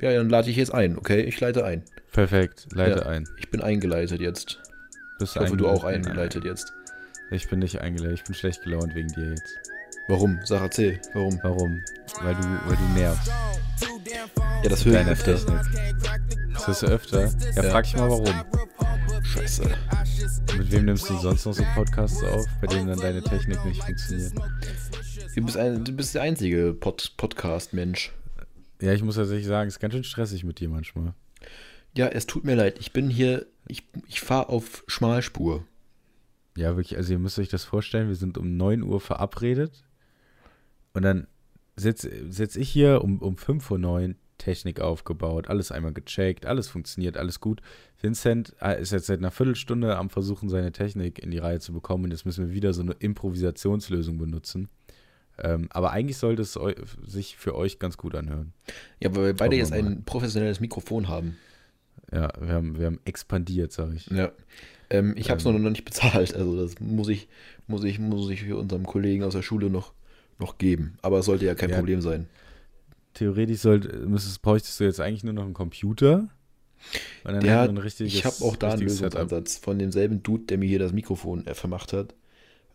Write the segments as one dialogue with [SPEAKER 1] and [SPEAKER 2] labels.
[SPEAKER 1] Ja, dann lade ich jetzt ein, okay? Ich leite ein.
[SPEAKER 2] Perfekt, leite
[SPEAKER 1] Ja.
[SPEAKER 2] ein.
[SPEAKER 1] Ich bin eingeleitet jetzt.
[SPEAKER 2] Bist
[SPEAKER 1] Ich hoffe, du auch
[SPEAKER 2] eingeleitet?
[SPEAKER 1] eingeleitet jetzt.
[SPEAKER 2] Nein, Ich bin nicht eingeleitet, ich bin schlecht gelaunt wegen dir jetzt.
[SPEAKER 1] Warum? Sag, erzähl. Warum?
[SPEAKER 2] Warum? Weil du, weil du nervst.
[SPEAKER 1] Ja, das
[SPEAKER 2] mit
[SPEAKER 1] höre ich
[SPEAKER 2] deiner
[SPEAKER 1] öfter.
[SPEAKER 2] Technik. Das hörst du öfter? Ja,
[SPEAKER 1] Ja.
[SPEAKER 2] frag ich mal warum.
[SPEAKER 1] Scheiße.
[SPEAKER 2] Mit wem nimmst du sonst noch so Podcasts auf, bei denen dann deine Technik nicht funktioniert?
[SPEAKER 1] Du bist, ein, du bist der einzige Pod Podcast-Mensch.
[SPEAKER 2] Ja, ich muss tatsächlich sagen, es ist ganz schön stressig mit dir manchmal.
[SPEAKER 1] Ja, es tut mir leid. Ich bin hier, ich, ich fahre auf Schmalspur.
[SPEAKER 2] Ja, wirklich, also ihr müsst euch das vorstellen, wir sind um 9 Uhr verabredet und dann sitze sitz ich hier um, um 5 vor 9, Technik aufgebaut, alles einmal gecheckt, alles funktioniert, alles gut. Vincent äh, ist jetzt seit einer Viertelstunde am Versuchen, seine Technik in die Reihe zu bekommen und jetzt müssen wir wieder so eine Improvisationslösung benutzen. Ähm, aber eigentlich sollte es eu sich für euch ganz gut anhören.
[SPEAKER 1] Ja, weil wir beide
[SPEAKER 2] wir
[SPEAKER 1] jetzt
[SPEAKER 2] mal.
[SPEAKER 1] ein professionelles Mikrofon haben.
[SPEAKER 2] Ja, wir haben, wir haben expandiert, sage ich.
[SPEAKER 1] Ja. Ähm, ich habe es
[SPEAKER 2] Ähm.
[SPEAKER 1] noch nicht bezahlt. Also das muss ich, muss ich, muss ich für unserem Kollegen aus der Schule noch, noch geben. Aber es sollte ja kein
[SPEAKER 2] Ja.
[SPEAKER 1] Problem sein.
[SPEAKER 2] Theoretisch sollt, müsstest, bräuchtest du jetzt eigentlich nur noch einen Computer. Und dann
[SPEAKER 1] Der,
[SPEAKER 2] hätten wir ein richtiges,
[SPEAKER 1] ich habe auch da einen
[SPEAKER 2] richtiges Setup.
[SPEAKER 1] Lösungsansatz von demselben Dude, der mir hier das Mikrofon äh, vermacht hat.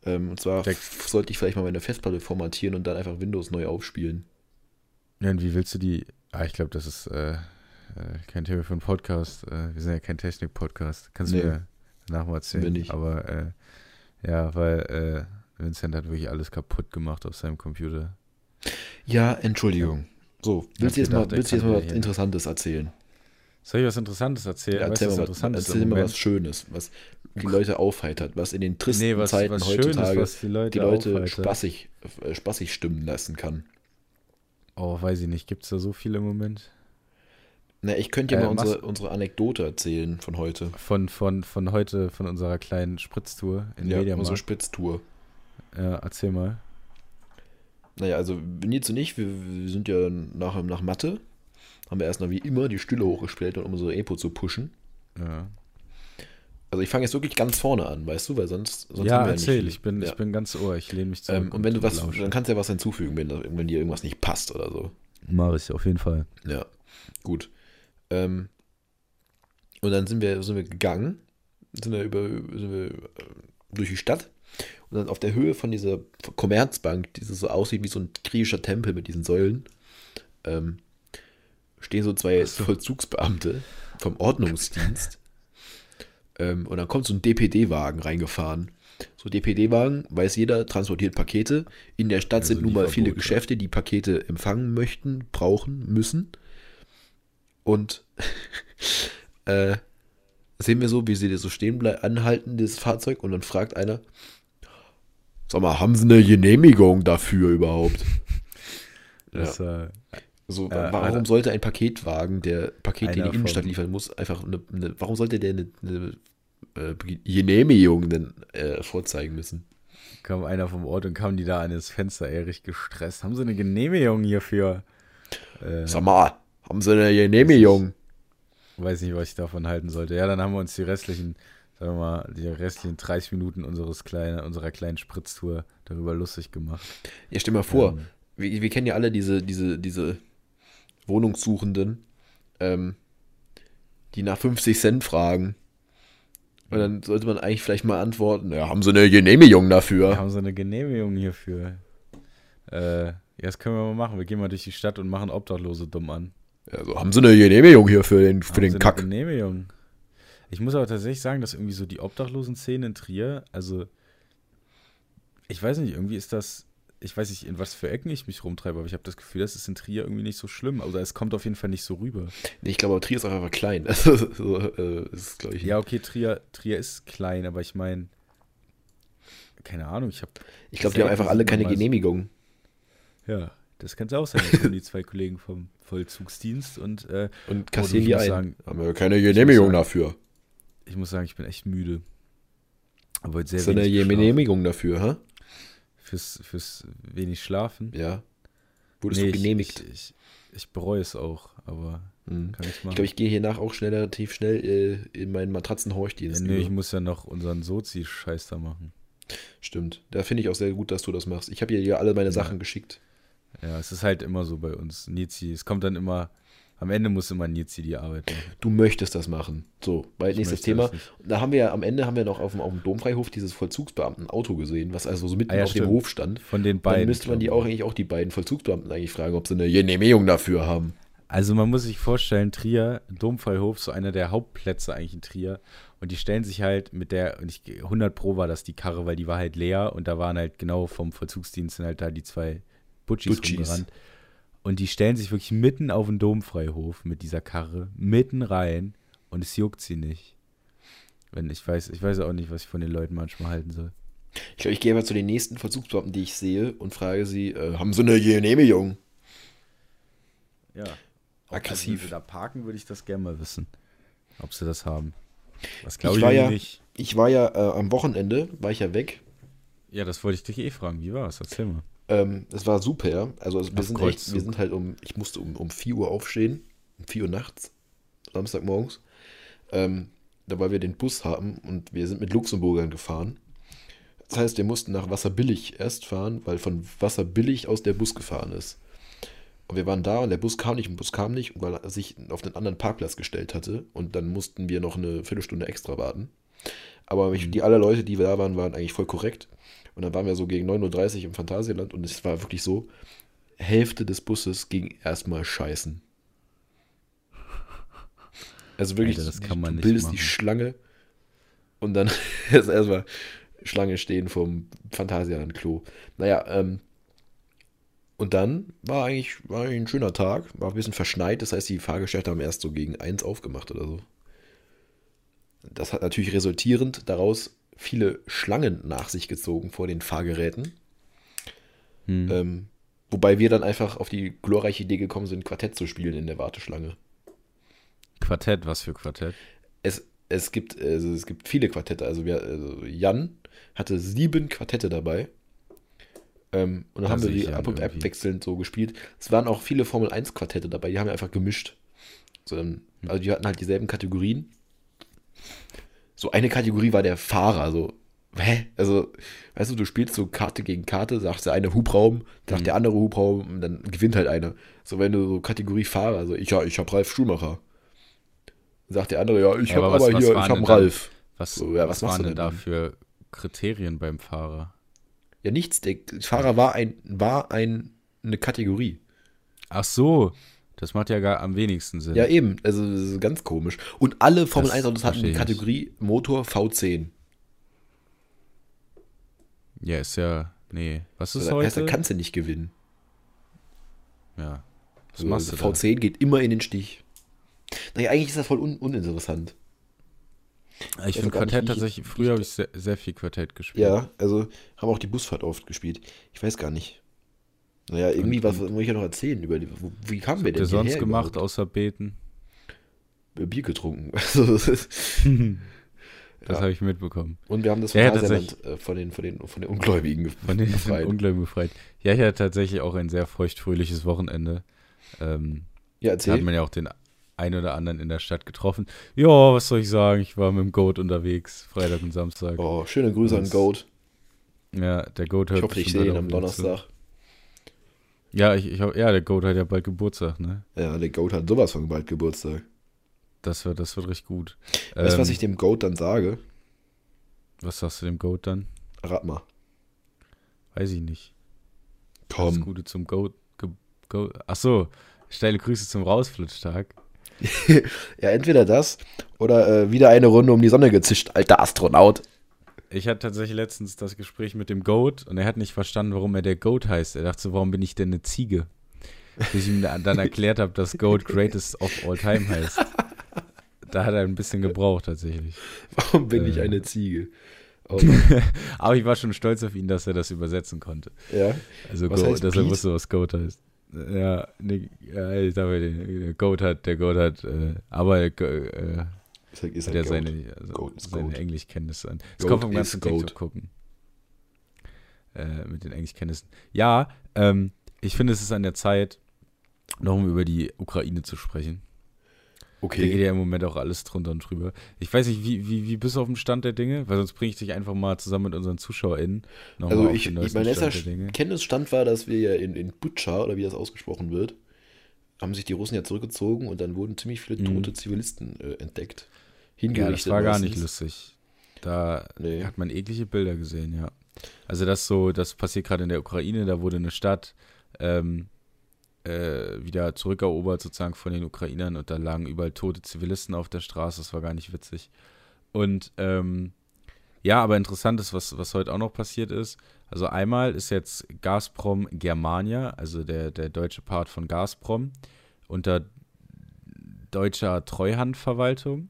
[SPEAKER 1] Ähm, und zwar
[SPEAKER 2] Der-
[SPEAKER 1] f- sollte ich vielleicht mal meine Festplatte formatieren und dann einfach Windows neu aufspielen.
[SPEAKER 2] Ja, und wie willst du die? Ah, ich glaube, das ist äh, äh, kein Thema für einen Podcast. Äh, wir sind ja kein Technik-Podcast. Kannst
[SPEAKER 1] Nee.
[SPEAKER 2] du mir danach mal erzählen.
[SPEAKER 1] Bin ich.
[SPEAKER 2] Aber äh, ja, weil äh, Vincent hat wirklich alles kaputt gemacht auf seinem Computer.
[SPEAKER 1] Ja, Entschuldigung. So, willst du
[SPEAKER 2] hab
[SPEAKER 1] jetzt mal,
[SPEAKER 2] gedacht, er
[SPEAKER 1] willst du jetzt
[SPEAKER 2] kann
[SPEAKER 1] mal
[SPEAKER 2] mir
[SPEAKER 1] was
[SPEAKER 2] hier-
[SPEAKER 1] Interessantes erzählen?
[SPEAKER 2] Soll ich was Interessantes erzählen?
[SPEAKER 1] Ja, erzähl
[SPEAKER 2] was
[SPEAKER 1] mal, was,
[SPEAKER 2] interessant ist im
[SPEAKER 1] erzähl mal
[SPEAKER 2] Moment?
[SPEAKER 1] was Schönes, was die Leute aufheitert, was in den tristen
[SPEAKER 2] Nee, was,
[SPEAKER 1] Zeiten
[SPEAKER 2] was Schönes,
[SPEAKER 1] heutzutage
[SPEAKER 2] was die Leute,
[SPEAKER 1] die Leute
[SPEAKER 2] aufheitert.
[SPEAKER 1] spaßig, äh, spaßig stimmen lassen kann.
[SPEAKER 2] Oh, weiß ich nicht. Gibt es da so viel im Moment?
[SPEAKER 1] Na, ich könnte ja
[SPEAKER 2] Äh,
[SPEAKER 1] mal
[SPEAKER 2] Mas-
[SPEAKER 1] unsere, unsere Anekdote erzählen von heute.
[SPEAKER 2] Von, von, von heute, von unserer kleinen Spritztour in
[SPEAKER 1] ja, also
[SPEAKER 2] Mediamarkt.
[SPEAKER 1] unsere Spitztour.
[SPEAKER 2] Ja, erzähl mal.
[SPEAKER 1] Naja, also Nils und ich, wir, wir sind ja nach, nach Mathe, haben wir erstmal wie immer die Stühle hochgestellt, um unsere Epo zu pushen.
[SPEAKER 2] Ja,
[SPEAKER 1] Also ich fange jetzt wirklich ganz vorne an, weißt du, weil sonst, sonst
[SPEAKER 2] ja
[SPEAKER 1] haben wir
[SPEAKER 2] erzähl.
[SPEAKER 1] viel.
[SPEAKER 2] ich, bin,
[SPEAKER 1] Ja.
[SPEAKER 2] ich bin ganz ohr. Ich lehne mich zurück.
[SPEAKER 1] ähm, und wenn du was,
[SPEAKER 2] lausche.
[SPEAKER 1] dann kannst du ja was hinzufügen, wenn, da- wenn dir irgendwas nicht passt oder so.
[SPEAKER 2] Mach ich auf jeden Fall.
[SPEAKER 1] Ja, gut. Ähm, und dann sind wir, sind wir gegangen, sind wir, über, sind wir äh, durch die Stadt und dann auf der Höhe von dieser Commerzbank, die so aussieht wie so ein griechischer Tempel mit diesen Säulen, ähm, stehen so zwei Vollzugsbeamte vom Ordnungsdienst. ähm, und dann kommt so ein DPD-Wagen reingefahren. So DPD-Wagen, weiß jeder, transportiert Pakete. In der Stadt
[SPEAKER 2] Also
[SPEAKER 1] sind nun mal
[SPEAKER 2] Lieferbote.
[SPEAKER 1] viele Geschäfte, die Pakete empfangen möchten, brauchen, müssen. Und äh, sehen wir so, wie sie so stehen bleiben, anhalten, das Fahrzeug, und dann fragt einer, sag mal, haben sie eine Genehmigung dafür überhaupt?
[SPEAKER 2] Das, äh,
[SPEAKER 1] So, Also,
[SPEAKER 2] Äh,
[SPEAKER 1] warum
[SPEAKER 2] einer-
[SPEAKER 1] sollte ein Paketwagen, der Pakete in
[SPEAKER 2] einer
[SPEAKER 1] die Innenstadt
[SPEAKER 2] von-
[SPEAKER 1] liefern muss, einfach eine, eine warum sollte der eine, eine äh, Genehmigung denn äh, vorzeigen müssen?
[SPEAKER 2] kam einer vom Ort und kam die da an das Fenster ehrlich gestresst. Haben sie eine Genehmigung hierfür? Äh,
[SPEAKER 1] Sag mal, haben sie eine Genehmigung?
[SPEAKER 2] weiß nicht, was ich davon halten sollte. Ja, dann haben wir uns die restlichen, sagen wir mal, die restlichen 30 Minuten unseres kleinen, unserer kleinen Spritztour darüber lustig gemacht.
[SPEAKER 1] Ja, stell mal vor,
[SPEAKER 2] Ähm.
[SPEAKER 1] wir, wir kennen ja alle diese, diese, diese Wohnungssuchenden, ähm, die nach 50 Cent fragen. Und dann sollte man eigentlich vielleicht mal antworten, ja, haben sie eine Genehmigung dafür?
[SPEAKER 2] Haben sie eine Genehmigung hierfür? Äh, ja, das können wir mal machen. Wir gehen mal durch die Stadt und machen Obdachlose dumm an.
[SPEAKER 1] Also, haben sie eine Genehmigung hier für den, für
[SPEAKER 2] Haben sie
[SPEAKER 1] den
[SPEAKER 2] eine
[SPEAKER 1] Kack?
[SPEAKER 2] Genehmigung. Ich muss aber tatsächlich sagen, dass irgendwie so die Obdachlosen-Szene in Trier, also ich weiß nicht, irgendwie ist das, ich weiß nicht, in was für Ecken ich mich rumtreibe, aber ich habe das Gefühl, das ist in Trier irgendwie nicht so schlimm. Also es kommt auf jeden Fall nicht so rüber.
[SPEAKER 1] Nee, ich glaube, aber Trier ist auch einfach klein. Also, so, äh, ist, glaube ich,
[SPEAKER 2] Ja, okay, Trier, Trier ist klein, aber ich meine, keine Ahnung, ich habe,
[SPEAKER 1] ich glaube, die haben einfach alle keine
[SPEAKER 2] Meist-
[SPEAKER 1] Genehmigung.
[SPEAKER 2] ja, das kann es auch sein. Da kommen die zwei Kollegen vom Vollzugsdienst und äh,
[SPEAKER 1] Und
[SPEAKER 2] ich
[SPEAKER 1] kassieren die
[SPEAKER 2] muss
[SPEAKER 1] ein.
[SPEAKER 2] sagen-
[SPEAKER 1] haben wir keine Genehmigung
[SPEAKER 2] sagen,
[SPEAKER 1] dafür.
[SPEAKER 2] ich muss sagen, ich bin echt müde. Aber heute sehr
[SPEAKER 1] Ist da eine
[SPEAKER 2] wenig geschlafen.
[SPEAKER 1] Genehmigung dafür, hä?
[SPEAKER 2] fürs, fürs wenig Schlafen.
[SPEAKER 1] Ja. Wurdest
[SPEAKER 2] Nee,
[SPEAKER 1] du genehmigt?
[SPEAKER 2] Ich, ich, ich bereue es auch, aber
[SPEAKER 1] Mhm.
[SPEAKER 2] kann ich
[SPEAKER 1] Ich
[SPEAKER 2] machen.
[SPEAKER 1] glaube, ich gehe hier nach auch schnell, relativ schnell äh, in meinen Matratzenhorchdienst.
[SPEAKER 2] nee, ich
[SPEAKER 1] über.
[SPEAKER 2] muss ja noch unseren Sozi-Scheiß da machen.
[SPEAKER 1] Stimmt. Da finde ich auch sehr gut, dass du das machst. Ich habe hier ja alle meine Sachen geschickt.
[SPEAKER 2] Ja, es ist halt immer so bei uns. Nizi, es kommt dann immer, Am Ende musste man jetzt hier die Arbeit machen.
[SPEAKER 1] Du möchtest das machen. So, weil
[SPEAKER 2] Ich
[SPEAKER 1] nächstes
[SPEAKER 2] möchte
[SPEAKER 1] Thema.
[SPEAKER 2] das nicht.
[SPEAKER 1] Da haben wir ja am Ende haben wir noch auf dem, auf dem Domfreihof dieses Vollzugsbeamten Auto gesehen, was also so mitten
[SPEAKER 2] Ah ja,
[SPEAKER 1] auf dem
[SPEAKER 2] stimmt.
[SPEAKER 1] Hof stand.
[SPEAKER 2] Von den
[SPEAKER 1] Dann
[SPEAKER 2] beiden.
[SPEAKER 1] müsste man die
[SPEAKER 2] glaub
[SPEAKER 1] auch eigentlich auch die beiden Vollzugsbeamten eigentlich fragen, ob sie eine Genehmigung dafür haben.
[SPEAKER 2] ich. Also man muss sich vorstellen, Trier, Domfallhof, so einer der Hauptplätze eigentlich in Trier. Und die stellen sich halt mit der, und ich 100 Pro war das die Karre, weil die war halt leer und da waren halt genau vom Vollzugsdienst sind halt da die zwei Butchis,
[SPEAKER 1] Butchis.
[SPEAKER 2] rumgerannt. Und die stellen sich wirklich mitten auf den Domfreihof mit dieser Karre, mitten rein und es juckt sie nicht. Wenn ich weiß, ich weiß auch nicht, was ich von den Leuten manchmal halten soll.
[SPEAKER 1] Ich glaube, ich gehe mal zu den nächsten Vollzugsbeamten, die ich sehe, und frage sie, äh, haben sie eine Genehmigung?
[SPEAKER 2] Ja.
[SPEAKER 1] wenn Aggressiv.
[SPEAKER 2] Aggressiv.
[SPEAKER 1] sie
[SPEAKER 2] da parken, würde ich das gerne mal wissen. Ob sie das haben. Was
[SPEAKER 1] glaub
[SPEAKER 2] glaube
[SPEAKER 1] Ich ich war
[SPEAKER 2] ich,
[SPEAKER 1] ja-
[SPEAKER 2] nicht?
[SPEAKER 1] Ich war ja äh, am Wochenende, war ich ja weg.
[SPEAKER 2] Ja, das wollte ich dich eh fragen. Wie war es? Erzähl mal.
[SPEAKER 1] Ähm, es war super. Also es- wir
[SPEAKER 2] Auf
[SPEAKER 1] sind echt,
[SPEAKER 2] Kreuzzug.
[SPEAKER 1] wir sind halt um, ich musste um, um 4 Uhr aufstehen, um 4 Uhr nachts, Samstagmorgens. Ähm, da weil wir den Bus haben und wir sind mit Luxemburgern gefahren. Das heißt, wir mussten nach Wasserbillig erst fahren, weil von Wasserbillig aus der Bus gefahren ist. Und wir waren da und der Bus kam nicht und Bus kam nicht, weil er sich auf den anderen Parkplatz gestellt hatte. Und dann mussten wir noch eine Viertelstunde extra warten. Aber
[SPEAKER 2] Mhm.
[SPEAKER 1] ich, die aller Leute, die da waren, waren eigentlich voll korrekt. Und dann waren wir so gegen 9.30 Uhr im Phantasialand und es war wirklich so, Hälfte des Busses ging erstmal scheißen. Also wirklich,
[SPEAKER 2] Alter, das kann man
[SPEAKER 1] du
[SPEAKER 2] nicht
[SPEAKER 1] bildest
[SPEAKER 2] machen.
[SPEAKER 1] die Schlange und dann ist erstmal Schlange stehen vom Phantasialand-Klo. Naja, ähm, und dann war eigentlich, war eigentlich ein schöner Tag, war ein bisschen verschneit, das heißt, die Fahrgeschäfte haben erst so gegen eins aufgemacht oder so. Das hat natürlich resultierend daraus viele Schlangen nach sich gezogen vor den Fahrgeräten.
[SPEAKER 2] Hm.
[SPEAKER 1] Ähm, wobei wir dann einfach auf die glorreiche Idee gekommen sind, Quartett zu spielen in der Warteschlange.
[SPEAKER 2] Quartett, was für Quartett?
[SPEAKER 1] Es, es, gibt, also es gibt viele Quartette. Also, wir, also Jan hatte sieben Quartette dabei. Ähm, und
[SPEAKER 2] Da
[SPEAKER 1] dann haben wir
[SPEAKER 2] sehe ich
[SPEAKER 1] die
[SPEAKER 2] Jan
[SPEAKER 1] ab und
[SPEAKER 2] irgendwie.
[SPEAKER 1] abwechselnd so gespielt. Es waren auch viele Formel-1-Quartette dabei, die haben wir einfach gemischt. So, dann, also die hatten halt dieselben Kategorien. So eine Kategorie war der Fahrer, so. Hä? Also, weißt du, du spielst so Karte gegen Karte, sagt der eine Hubraum, sagt
[SPEAKER 2] Mhm.
[SPEAKER 1] der andere Hubraum und dann gewinnt halt einer. So, wenn du so Kategorie Fahrer, so, ich, ja, ich hab Ralf Schumacher. Sagt der andere, ja, ich
[SPEAKER 2] Aber
[SPEAKER 1] hab
[SPEAKER 2] was-
[SPEAKER 1] aber
[SPEAKER 2] was
[SPEAKER 1] hier, ich
[SPEAKER 2] waren
[SPEAKER 1] hab einen
[SPEAKER 2] denn dann-
[SPEAKER 1] Ralf.
[SPEAKER 2] Was,
[SPEAKER 1] So, ja, was machst
[SPEAKER 2] waren
[SPEAKER 1] du
[SPEAKER 2] denn
[SPEAKER 1] denn
[SPEAKER 2] da
[SPEAKER 1] dann?
[SPEAKER 2] für Kriterien beim Fahrer?
[SPEAKER 1] Ja, nichts, der Fahrer war ein, war ein, eine Kategorie.
[SPEAKER 2] Ach so, das macht ja gar am wenigsten Sinn.
[SPEAKER 1] Ja, eben. Also das ist ganz komisch. Und alle Formel
[SPEAKER 2] Das
[SPEAKER 1] 1 Autos hatten
[SPEAKER 2] verstehe
[SPEAKER 1] die
[SPEAKER 2] ich.
[SPEAKER 1] Kategorie Motor V10.
[SPEAKER 2] ja ist ja. Nee. Was ist
[SPEAKER 1] Das heißt, da
[SPEAKER 2] heute?
[SPEAKER 1] kannst du nicht gewinnen.
[SPEAKER 2] ja. Was
[SPEAKER 1] Also,
[SPEAKER 2] machst du da?
[SPEAKER 1] V10 geht immer in den Stich. Naja, eigentlich ist das voll un uninteressant.
[SPEAKER 2] Ich
[SPEAKER 1] weiß auch
[SPEAKER 2] finde
[SPEAKER 1] gar nicht, wie
[SPEAKER 2] Quartett
[SPEAKER 1] ich-
[SPEAKER 2] tatsächlich. Früher habe ich sehr, sehr viel Quartett gespielt.
[SPEAKER 1] Ja, also haben auch die Busfahrt oft gespielt. Ich weiß gar nicht. Naja, irgendwie, was was muss ich ja noch erzählen über die, wo, wie kamen wir
[SPEAKER 2] Habt
[SPEAKER 1] denn
[SPEAKER 2] ihr sonst
[SPEAKER 1] hierher
[SPEAKER 2] gemacht,
[SPEAKER 1] überhaupt?
[SPEAKER 2] außer beten?
[SPEAKER 1] Bier getrunken. Also, das ist-
[SPEAKER 2] Das habe ich mitbekommen.
[SPEAKER 1] Und wir haben das
[SPEAKER 2] Hm. Ja, ja,
[SPEAKER 1] Phantasialand, äh, von, den, von, den, von den Ungläubigen ge-
[SPEAKER 2] Von den
[SPEAKER 1] befreit.
[SPEAKER 2] Unglück befreit. Ja, ich hatte tatsächlich auch ein sehr feuchtfröhliches Wochenende. Ähm,
[SPEAKER 1] Ja,
[SPEAKER 2] da hat
[SPEAKER 1] erzähl.
[SPEAKER 2] man ja auch den einen oder anderen in der Stadt getroffen. Ja, was soll ich sagen? Ich war mit dem Goat unterwegs, Freitag und Samstag.
[SPEAKER 1] Oh, schöne Grüße an
[SPEAKER 2] Das-
[SPEAKER 1] Goat.
[SPEAKER 2] Ja, der Goat hört
[SPEAKER 1] Ich hoffe, ich
[SPEAKER 2] bestimmt
[SPEAKER 1] sehe ihn
[SPEAKER 2] alle
[SPEAKER 1] am
[SPEAKER 2] auf uns zu.
[SPEAKER 1] Donnerstag.
[SPEAKER 2] Ja, ich, ich, hoffe- ja, der Goat hat ja bald Geburtstag, ne?
[SPEAKER 1] Ja, der Goat hat sowas von bald Geburtstag.
[SPEAKER 2] Das wird, das wird richtig gut.
[SPEAKER 1] Weißt du, was
[SPEAKER 2] Ähm,
[SPEAKER 1] ich dem Goat dann sage?
[SPEAKER 2] was sagst du dem Goat dann?
[SPEAKER 1] Rat mal.
[SPEAKER 2] Weiß ich nicht. Alles
[SPEAKER 1] Komm.
[SPEAKER 2] Gute zum Goat. Ge, Goat. Ach so, steile Grüße zum Rausflutschtag.
[SPEAKER 1] Ja, entweder das oder äh, wieder eine Runde um die Sonne gezischt, alter Astronaut.
[SPEAKER 2] Ich hatte tatsächlich letztens das Gespräch mit dem Goat und er hat nicht verstanden, warum er der Goat heißt. Er dachte so, warum bin ich denn eine Ziege? Bis ich ihm da- dann erklärt habe, dass Goat Greatest of All Time heißt. Da hat er ein bisschen gebraucht tatsächlich.
[SPEAKER 1] Warum bin ich
[SPEAKER 2] Äh.
[SPEAKER 1] eine Ziege? Oh,
[SPEAKER 2] Aber ich war schon stolz auf ihn, dass er das übersetzen konnte.
[SPEAKER 1] ja.
[SPEAKER 2] Also
[SPEAKER 1] Was
[SPEAKER 2] Goat,
[SPEAKER 1] heißt
[SPEAKER 2] dass er
[SPEAKER 1] Beat?
[SPEAKER 2] wusste, was Goat heißt. Ja, nee, ja, ich sag mal, der der Goat hat, der Goat hat, äh, aber äh,
[SPEAKER 1] Ist halt, ist
[SPEAKER 2] hat
[SPEAKER 1] halt
[SPEAKER 2] ja
[SPEAKER 1] Goat.
[SPEAKER 2] seine, also
[SPEAKER 1] Goat ist
[SPEAKER 2] seine
[SPEAKER 1] Goat.
[SPEAKER 2] Englischkenntnisse an. Es
[SPEAKER 1] Goat
[SPEAKER 2] kommt vom
[SPEAKER 1] is
[SPEAKER 2] ganzen
[SPEAKER 1] Goat.
[SPEAKER 2] TikTok gucken. Äh, mit den Englischkenntnissen. Ja, ähm, ich finde, es ist an der Zeit, nochmal über die Ukraine zu sprechen. Da geht
[SPEAKER 1] Okay.
[SPEAKER 2] ja im Moment auch alles drunter und drüber. Ich weiß nicht, wie, wie, wie bist du auf dem Stand der Dinge? Weil sonst bringe ich dich einfach mal zusammen mit unseren ZuschauerInnen nochmal
[SPEAKER 1] Also
[SPEAKER 2] auf
[SPEAKER 1] ich,
[SPEAKER 2] den
[SPEAKER 1] ich
[SPEAKER 2] neuesten
[SPEAKER 1] mein letzter
[SPEAKER 2] Stand der Dinge.
[SPEAKER 1] Kenntnisstand war, dass wir ja in, in Butcher, oder wie das ausgesprochen wird, haben sich die Russen ja zurückgezogen und dann wurden ziemlich viele tote Zivilisten äh, entdeckt.
[SPEAKER 2] Mhm. Ja, das war gar nicht
[SPEAKER 1] meistens.
[SPEAKER 2] lustig. Da
[SPEAKER 1] Nee.
[SPEAKER 2] hat man eklige Bilder gesehen, ja. Also das so, das passiert gerade in der Ukraine, da wurde eine Stadt ähm, äh, wieder zurückerobert sozusagen von den Ukrainern und da lagen überall tote Zivilisten auf der Straße, das war gar nicht witzig. Und ähm, ja, aber interessant ist, was, was heute auch noch passiert ist. Also einmal ist jetzt Gazprom Germania, also der, der deutsche Part von Gazprom, unter deutscher Treuhandverwaltung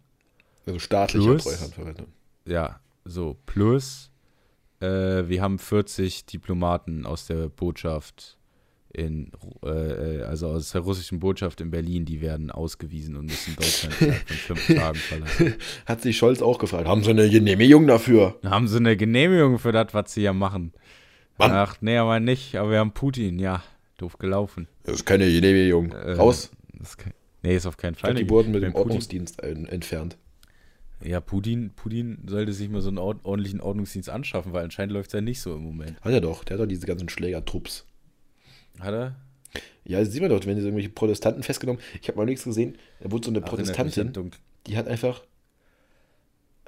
[SPEAKER 1] Also staatliche
[SPEAKER 2] Plus-
[SPEAKER 1] Treuhandverwaltung.
[SPEAKER 2] ja, so plus äh, wir haben 40 Diplomaten aus der Botschaft in Ru- äh, also aus der russischen Botschaft in Berlin, die werden ausgewiesen und müssen Deutschland innerhalb von fünf Tagen verlassen.
[SPEAKER 1] Hat sich Scholz auch gefragt, haben sie eine Genehmigung dafür?
[SPEAKER 2] Haben sie eine Genehmigung für das, was sie ja machen?
[SPEAKER 1] Mann.
[SPEAKER 2] Ach, nee, aber nicht, aber wir haben Putin, ja, doof gelaufen.
[SPEAKER 1] Das ist keine Genehmigung.
[SPEAKER 2] Äh,
[SPEAKER 1] Raus.
[SPEAKER 2] Das kann, nee, ist auf keinen
[SPEAKER 1] Ich
[SPEAKER 2] Fall.
[SPEAKER 1] glaub, die
[SPEAKER 2] eine-
[SPEAKER 1] wurden mit
[SPEAKER 2] wenn
[SPEAKER 1] dem
[SPEAKER 2] Putin,
[SPEAKER 1] Ordnungsdienst ein, entfernt.
[SPEAKER 2] ja, Putin, Putin sollte sich mal so einen ord ordentlichen Ordnungsdienst anschaffen, weil anscheinend läuft es ja nicht so im Moment.
[SPEAKER 1] Hat er doch, der hat doch diese ganzen Schlägertrupps.
[SPEAKER 2] Hat er?
[SPEAKER 1] Ja, das sieht man doch, wenn diese irgendwelche Protestanten festgenommen. Ich habe mal nichts gesehen, da wurde so eine Protestantin, die hat einfach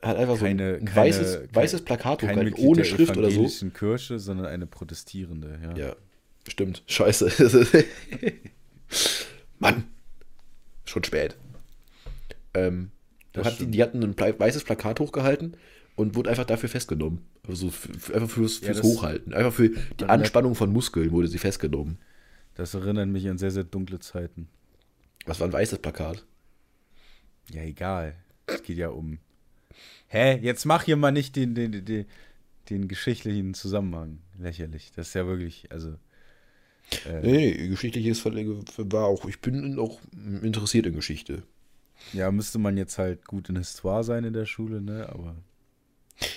[SPEAKER 1] hat einfach so
[SPEAKER 2] keine,
[SPEAKER 1] ein
[SPEAKER 2] keine,
[SPEAKER 1] weißes,
[SPEAKER 2] kein-
[SPEAKER 1] weißes Plakat
[SPEAKER 2] kein
[SPEAKER 1] hochgehalten,
[SPEAKER 2] Mitglied
[SPEAKER 1] ohne
[SPEAKER 2] der
[SPEAKER 1] Schrift oder so.
[SPEAKER 2] evangelischen Kirche, sondern eine protestierende, ja.
[SPEAKER 1] Ja, stimmt. Scheiße. Mann. Schon spät. Ähm, da
[SPEAKER 2] Das
[SPEAKER 1] hat die,
[SPEAKER 2] stimmt.
[SPEAKER 1] die hatten ein Pla- weißes Plakat hochgehalten und wurde einfach dafür festgenommen. Also f- f- einfach fürs, fürs
[SPEAKER 2] das-
[SPEAKER 1] Hochhalten. Einfach für die Anspannung von Muskeln wurde sie festgenommen.
[SPEAKER 2] Das erinnert mich an sehr, sehr dunkle Zeiten.
[SPEAKER 1] Was war ein weißes Plakat?
[SPEAKER 2] Ja, egal. Es geht ja um. Hä? Jetzt mach hier mal nicht den, den, den, den, den geschichtlichen Zusammenhang. Lächerlich. Das ist ja wirklich, also. Äh,
[SPEAKER 1] Nee, geschichtliches Verlege war auch, ich bin auch interessiert in Geschichte.
[SPEAKER 2] ja, müsste man jetzt halt gut in Histoire sein in der Schule, ne? Aber.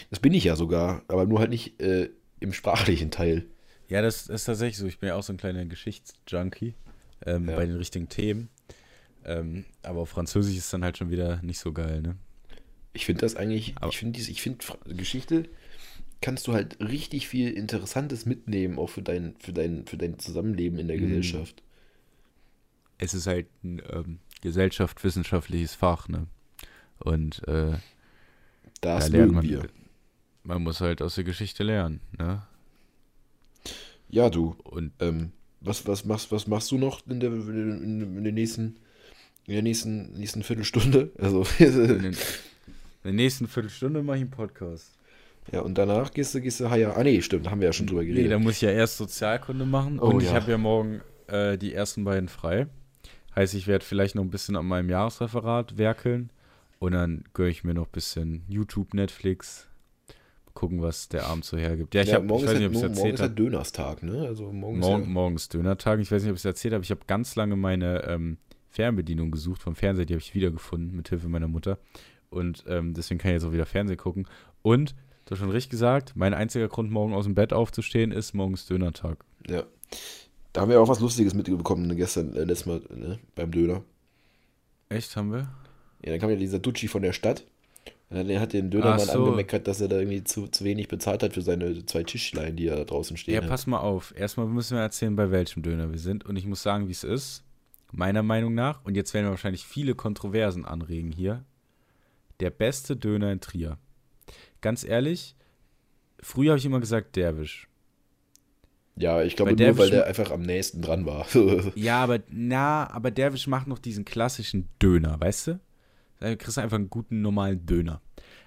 [SPEAKER 1] Das bin ich ja sogar, aber nur halt nicht äh, im sprachlichen Teil.
[SPEAKER 2] Ja, das, das ist tatsächlich so. Ich bin ja auch so ein kleiner Geschichtsjunkie ähm,
[SPEAKER 1] Ja.
[SPEAKER 2] bei den richtigen Themen. Ähm, aber auf Französisch ist dann halt schon wieder nicht so geil, ne?
[SPEAKER 1] Ich finde das eigentlich,
[SPEAKER 2] Aber-
[SPEAKER 1] ich finde ich finde Geschichte kannst du halt richtig viel Interessantes mitnehmen, auch für dein, für dein, für dein Zusammenleben
[SPEAKER 2] Mhm.
[SPEAKER 1] in der Gesellschaft.
[SPEAKER 2] es ist halt ein ähm, gesellschaftswissenschaftliches Fach, ne? Und äh, da
[SPEAKER 1] Das
[SPEAKER 2] lernt
[SPEAKER 1] mögen
[SPEAKER 2] man.
[SPEAKER 1] wir.
[SPEAKER 2] Man muss halt aus der Geschichte lernen, ne?
[SPEAKER 1] Ja, du.
[SPEAKER 2] Und
[SPEAKER 1] Ähm, was, was, machst, was machst du noch in der, in, in der nächsten, in der nächsten, nächsten Viertelstunde? Also,
[SPEAKER 2] in, den, in der nächsten Viertelstunde mache ich einen Podcast.
[SPEAKER 1] ja, und danach gehst du, gehst du, ah ja, ah nee, stimmt, haben wir ja schon drüber
[SPEAKER 2] Mhm. Nee, da
[SPEAKER 1] geredet.
[SPEAKER 2] muss ich ja erst Sozialkunde machen
[SPEAKER 1] Oh,
[SPEAKER 2] und ich
[SPEAKER 1] ja.
[SPEAKER 2] habe ja morgen äh, die ersten beiden frei. Heißt, ich werde vielleicht noch ein bisschen an meinem Jahresreferat werkeln und dann gönne ich mir noch ein bisschen YouTube, Netflix, gucken, was der Abend so hergibt. Ja, ich,
[SPEAKER 1] ja,
[SPEAKER 2] hab, ich
[SPEAKER 1] morgen
[SPEAKER 2] weiß
[SPEAKER 1] ist
[SPEAKER 2] nicht,
[SPEAKER 1] halt,
[SPEAKER 2] ob ich es
[SPEAKER 1] morgen, morgen
[SPEAKER 2] erzählt
[SPEAKER 1] ist
[SPEAKER 2] habe.
[SPEAKER 1] halt Dönerstag, ne? Also morgen, ist
[SPEAKER 2] Morgen,
[SPEAKER 1] ja,
[SPEAKER 2] morgens Dönertag. Ich weiß nicht, ob ich es erzählt habe. Ich habe ganz lange meine ähm, Fernbedienung gesucht vom Fernseher. Die habe ich wiedergefunden mit Hilfe meiner Mutter. Und ähm, deswegen kann ich jetzt auch wieder Fernsehen gucken. Und, du hast schon richtig gesagt, mein einziger Grund, morgen aus dem Bett aufzustehen, ist morgens Dönertag.
[SPEAKER 1] ja. Da haben wir auch was Lustiges mitbekommen ne, gestern, äh, letztes Mal, ne? Beim Döner.
[SPEAKER 2] Echt, haben wir?
[SPEAKER 1] Ja, dann kam ja dieser Ducci von der Stadt. Und dann hat den Dönermann
[SPEAKER 2] Ach so.
[SPEAKER 1] angemeckert, dass er da irgendwie zu, zu wenig bezahlt hat für seine zwei Tischlein, die er da draußen stehen
[SPEAKER 2] Ja,
[SPEAKER 1] hat.
[SPEAKER 2] pass mal auf. Erstmal müssen wir erzählen, bei welchem Döner wir sind. Und ich muss sagen, wie es ist. Meiner Meinung nach, und jetzt werden wir wahrscheinlich viele Kontroversen anregen hier, der beste Döner in Trier. Ganz ehrlich, früher habe ich immer gesagt Derwisch.
[SPEAKER 1] Ja, ich glaube
[SPEAKER 2] Weil der
[SPEAKER 1] nur, weil
[SPEAKER 2] bestimmt-
[SPEAKER 1] der einfach am nächsten dran war.
[SPEAKER 2] Ja, aber na, aber Derwisch macht noch diesen klassischen Döner, weißt du? Da kriegst du einfach einen guten normalen Döner.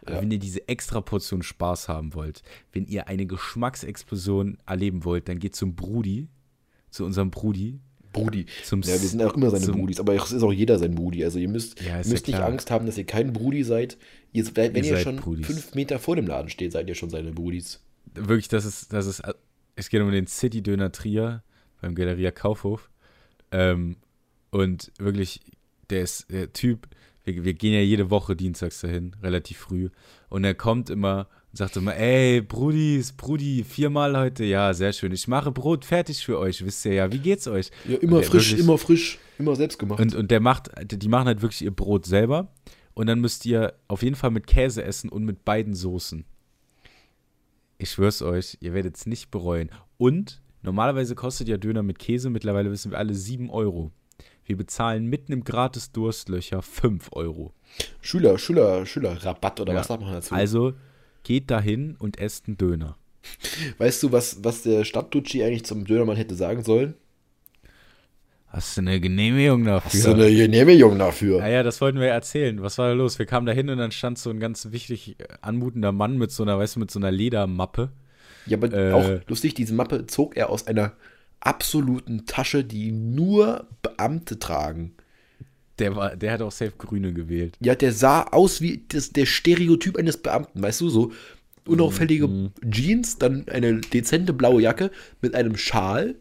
[SPEAKER 2] Aber
[SPEAKER 1] Ja.
[SPEAKER 2] wenn ihr diese extra Portion Spaß haben wollt, wenn ihr eine Geschmacksexplosion erleben wollt, dann geht zum Brudi, zu unserem Brudi,
[SPEAKER 1] Brudi.
[SPEAKER 2] zum
[SPEAKER 1] Ja, wir sind auch immer seine
[SPEAKER 2] zum-
[SPEAKER 1] Brudis, aber es ist auch jeder sein Brudi. Also ihr müsst,
[SPEAKER 2] Ja, ist ja
[SPEAKER 1] müsst nicht
[SPEAKER 2] klar.
[SPEAKER 1] Angst haben, dass ihr kein Brudi seid. Ihr, seid- wenn ihr,
[SPEAKER 2] seid
[SPEAKER 1] schon
[SPEAKER 2] Brudis.
[SPEAKER 1] fünf Meter vor dem Laden steht, seid ihr schon seine Brudis.
[SPEAKER 2] wirklich, das ist, das ist, es geht um den City Döner Trier beim Galeria Kaufhof. Ähm, und wirklich, der ist der Typ, wir, wir gehen ja jede Woche dienstags dahin, relativ früh. Und er kommt immer und sagt immer, ey, Brudis, Brudi, viermal heute, ja, sehr schön. Ich mache Brot fertig für euch, wisst ihr ja, wie geht's euch?
[SPEAKER 1] Ja, immer
[SPEAKER 2] Und der
[SPEAKER 1] frisch,
[SPEAKER 2] wirklich-
[SPEAKER 1] immer frisch, immer selbst gemacht.
[SPEAKER 2] und, und der macht, die machen halt wirklich ihr Brot selber. Und dann müsst ihr auf jeden Fall mit Käse essen und mit beiden Soßen. Ich schwör's euch, ihr werdet es nicht bereuen. Und normalerweise kostet ja Döner mit Käse, mittlerweile wissen wir alle, 7 Euro. Wir bezahlen mitten im Gratis-Durstlöcher 5 Euro.
[SPEAKER 1] Schüler, Schüler, Schülerrabatt oder
[SPEAKER 2] Ja.
[SPEAKER 1] was sagt man dazu?
[SPEAKER 2] Also geht dahin und esst einen Döner.
[SPEAKER 1] Weißt du, was, was der Stadtdutschi eigentlich zum Dönermann hätte sagen sollen?
[SPEAKER 2] Hast du eine Genehmigung dafür?
[SPEAKER 1] Hast du eine Genehmigung dafür?
[SPEAKER 2] Naja, das wollten wir ja erzählen. Was war da los? Wir kamen da hin und dann stand so ein ganz wichtig äh, anmutender Mann mit so einer, weißt du, mit so einer Ledermappe.
[SPEAKER 1] Ja, aber
[SPEAKER 2] Äh.
[SPEAKER 1] auch lustig, diese Mappe zog er aus einer absoluten Tasche, die nur Beamte tragen.
[SPEAKER 2] Der, war, der hat auch safe Grüne gewählt.
[SPEAKER 1] Ja, der sah aus wie das, der Stereotyp eines Beamten, weißt du, so unauffällige Jeans, dann eine dezente blaue Jacke mit einem Schal,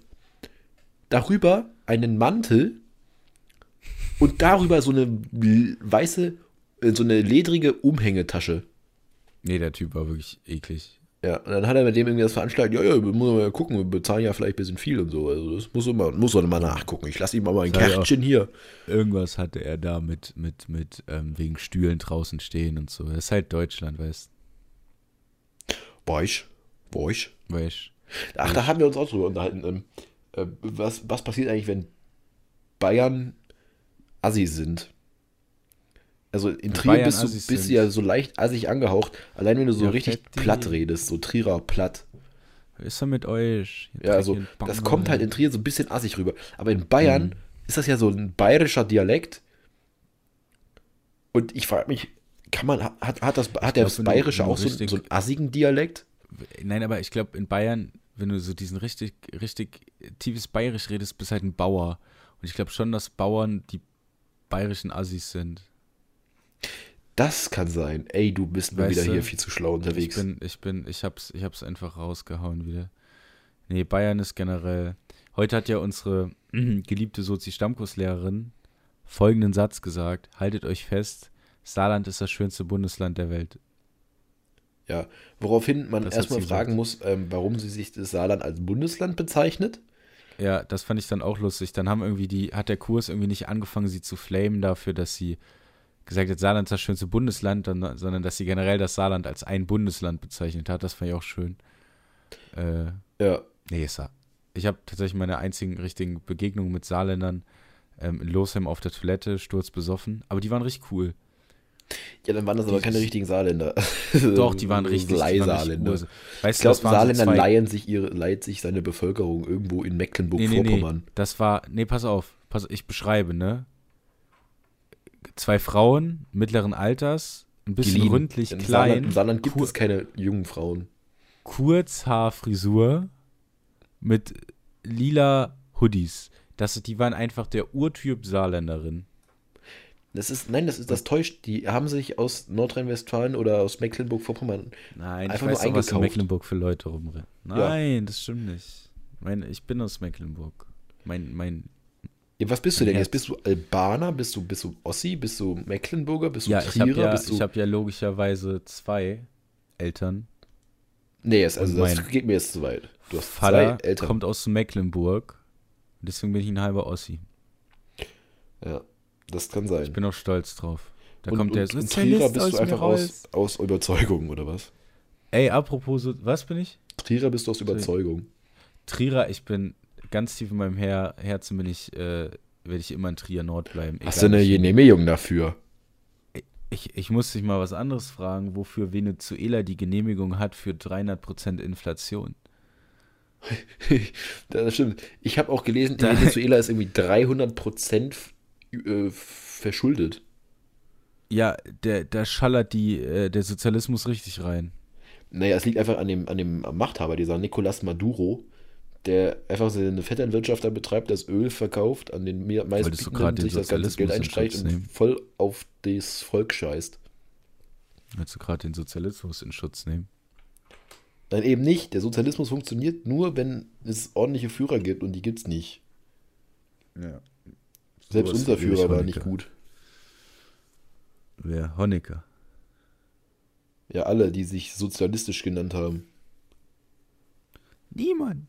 [SPEAKER 1] darüber einen Mantel und darüber so eine l- weiße, äh, so eine ledrige Umhängetasche.
[SPEAKER 2] Nee, der Typ war wirklich eklig.
[SPEAKER 1] Ja, und dann hat er mit dem irgendwie das veranschlagt, ja, ja, wir müssen mal gucken, wir bezahlen ja vielleicht ein bisschen viel und so. Also das muss immer, muss man mal nachgucken. Ich lasse ihm mal ein
[SPEAKER 2] Ja, ja.
[SPEAKER 1] Kärtchen hier.
[SPEAKER 2] Irgendwas hatte er da mit, mit, mit, ähm, wegen Stühlen draußen stehen und so. Das ist halt Deutschland, weißt
[SPEAKER 1] War ich? War ich?
[SPEAKER 2] du? Weißt
[SPEAKER 1] Ach, da haben wir uns auch drüber unterhalten. Ähm, äh, was, was passiert eigentlich, wenn Bayern Assi sind? Also in Trier
[SPEAKER 2] Bayern
[SPEAKER 1] bist, du,
[SPEAKER 2] Assis
[SPEAKER 1] bist du
[SPEAKER 2] sind.
[SPEAKER 1] ja so leicht assig angehaucht, allein wenn du so
[SPEAKER 2] Ja,
[SPEAKER 1] richtig
[SPEAKER 2] fett die-
[SPEAKER 1] platt redest, so Trierer platt.
[SPEAKER 2] Was ist denn mit euch? Ihr
[SPEAKER 1] Ja, also
[SPEAKER 2] dreckige
[SPEAKER 1] das
[SPEAKER 2] Bank-
[SPEAKER 1] kommt halt in Trier so ein bisschen assig rüber. Aber
[SPEAKER 2] Mhm.
[SPEAKER 1] in Bayern ist das ja so ein bayerischer Dialekt. Und ich frage mich, kann man, hat, hat, das, hat der
[SPEAKER 2] glaub, wenn du-
[SPEAKER 1] Bayerische
[SPEAKER 2] wenn du
[SPEAKER 1] auch so,
[SPEAKER 2] richtig-
[SPEAKER 1] so einen assigen Dialekt?
[SPEAKER 2] Nein, aber ich glaube, in Bayern, wenn du so diesen richtig, richtig tiefes Bayerisch redest, bist halt ein Bauer. Und ich glaube schon, dass Bauern die bayerischen Assis sind.
[SPEAKER 1] Das kann sein. Ey, du bist mal
[SPEAKER 2] Weißt
[SPEAKER 1] wieder
[SPEAKER 2] du,
[SPEAKER 1] hier viel zu schlau unterwegs.
[SPEAKER 2] Ich bin, ich bin, ich hab's, ich hab's einfach rausgehauen wieder. Nee, Bayern ist generell. Heute hat ja unsere geliebte Sozi-Stammkurslehrerin folgenden Satz gesagt: Haltet euch fest, Saarland ist das schönste Bundesland der Welt.
[SPEAKER 1] Ja, woraufhin man
[SPEAKER 2] Das hat
[SPEAKER 1] erstmal
[SPEAKER 2] sie
[SPEAKER 1] fragen muss, ähm, warum sie sich das Saarland als Bundesland bezeichnet.
[SPEAKER 2] Ja, das fand ich dann auch lustig. Dann haben irgendwie die, hat der Kurs irgendwie nicht angefangen, sie zu flamen dafür, dass sie gesagt hat, Saarland ist das schönste Bundesland, dann- sondern dass sie generell das Saarland als ein Bundesland bezeichnet hat. Das fand ich auch schön. Äh,
[SPEAKER 1] Ja,
[SPEAKER 2] Nee, ist er. Ich habe tatsächlich meine einzigen richtigen Begegnungen mit Saarländern ähm, in Losheim auf der Toilette, sturzbesoffen. Aber die waren richtig cool.
[SPEAKER 1] ja dann waren das aber
[SPEAKER 2] Dieses-
[SPEAKER 1] keine richtigen Saarländer.
[SPEAKER 2] Doch, die waren richtig. die waren richtig
[SPEAKER 1] Ähm, Leihsaarländer.
[SPEAKER 2] ur- Weißt
[SPEAKER 1] Ich
[SPEAKER 2] du,
[SPEAKER 1] glaube,
[SPEAKER 2] das waren
[SPEAKER 1] Saarländer
[SPEAKER 2] so zwei,
[SPEAKER 1] leihen sich ihre, leiht sich seine Bevölkerung irgendwo in
[SPEAKER 2] nee, nee,
[SPEAKER 1] Mecklenburg-Vorpommern.
[SPEAKER 2] nee, das war, nee, pass auf, pass, ich beschreibe, ne? Zwei Frauen mittleren Alters, ein bisschen
[SPEAKER 1] Geliehen.
[SPEAKER 2] ründlich,
[SPEAKER 1] Im Saarland,
[SPEAKER 2] klein,
[SPEAKER 1] Im Saarland gibt
[SPEAKER 2] kur-
[SPEAKER 1] es keine jungen Frauen.
[SPEAKER 2] Kurzhaarfrisur mit lila Hoodies. Das, die waren einfach der Urtyp Saarländerin.
[SPEAKER 1] Das ist, nein, das ist, das täuscht. Die haben sich aus Nordrhein-Westfalen oder aus Mecklenburg-Vorpommern.
[SPEAKER 2] Nein,
[SPEAKER 1] Einfach
[SPEAKER 2] ich weiß
[SPEAKER 1] nur
[SPEAKER 2] doch, was in
[SPEAKER 1] eingekauft.
[SPEAKER 2] Mecklenburg für Leute rumrennen. Nein, das stimmt nicht. Mein, ich bin aus Mecklenburg. Mein, mein,
[SPEAKER 1] Ja, was bist du denn
[SPEAKER 2] Ja.
[SPEAKER 1] jetzt? Bist du Albaner? Bist du, bist du Ossi? Bist du Mecklenburger? Bist du
[SPEAKER 2] ja, ich
[SPEAKER 1] Trierer?
[SPEAKER 2] habe ja,
[SPEAKER 1] bist du,
[SPEAKER 2] ich hab ja logischerweise zwei Eltern.
[SPEAKER 1] nee, jetzt, also
[SPEAKER 2] Und
[SPEAKER 1] das
[SPEAKER 2] mein
[SPEAKER 1] geht mir jetzt zu weit. Du hast
[SPEAKER 2] Vater
[SPEAKER 1] zwei Eltern.
[SPEAKER 2] kommt aus Mecklenburg. Deswegen bin ich ein halber Ossi.
[SPEAKER 1] Ja, das kann sein.
[SPEAKER 2] Ich bin auch stolz drauf. Da
[SPEAKER 1] und,
[SPEAKER 2] kommt der
[SPEAKER 1] und, und
[SPEAKER 2] Sozialist
[SPEAKER 1] Trierer bist du
[SPEAKER 2] mir
[SPEAKER 1] einfach aus, aus Überzeugung, oder was?
[SPEAKER 2] Ey, apropos, so- was bin ich?
[SPEAKER 1] Trierer bist du aus Überzeugung.
[SPEAKER 2] Trierer, ich bin ganz tief in meinem Her Herzen bin ich, äh, werde ich immer in Trier Nord bleiben.
[SPEAKER 1] Hast du
[SPEAKER 2] egal
[SPEAKER 1] eine
[SPEAKER 2] was.
[SPEAKER 1] Genehmigung dafür?
[SPEAKER 2] Ich, ich muss dich mal was anderes fragen, wofür Venezuela die Genehmigung hat für 300% Inflation.
[SPEAKER 1] das stimmt. Ich habe auch gelesen, in
[SPEAKER 2] Da-
[SPEAKER 1] Venezuela ist irgendwie 300 Prozent äh, verschuldet.
[SPEAKER 2] Ja, der, da schallert die, äh, der Sozialismus richtig rein.
[SPEAKER 1] Naja, es liegt einfach an dem, an dem Machthaber, dieser Nicolas Maduro, der einfach seine Vetternwirtschaft betreibt, das Öl verkauft, an den Me-
[SPEAKER 2] Wolltest du gerade
[SPEAKER 1] meisten
[SPEAKER 2] den
[SPEAKER 1] sich das ganze
[SPEAKER 2] Sozialismus
[SPEAKER 1] Geld
[SPEAKER 2] in
[SPEAKER 1] einstreicht
[SPEAKER 2] Schutz
[SPEAKER 1] und
[SPEAKER 2] nehmen?
[SPEAKER 1] voll auf das Volk scheißt.
[SPEAKER 2] Willst du gerade den Sozialismus in Schutz nehmen?
[SPEAKER 1] Nein, eben nicht. Der Sozialismus funktioniert nur, wenn es ordentliche Führer gibt und die gibt's nicht.
[SPEAKER 2] Ja.
[SPEAKER 1] Selbst
[SPEAKER 2] ist
[SPEAKER 1] unser
[SPEAKER 2] Erich
[SPEAKER 1] Führer war
[SPEAKER 2] Honecker.
[SPEAKER 1] nicht gut.
[SPEAKER 2] Wer? Honecker.
[SPEAKER 1] Ja, alle, die sich sozialistisch genannt haben.
[SPEAKER 2] Niemand.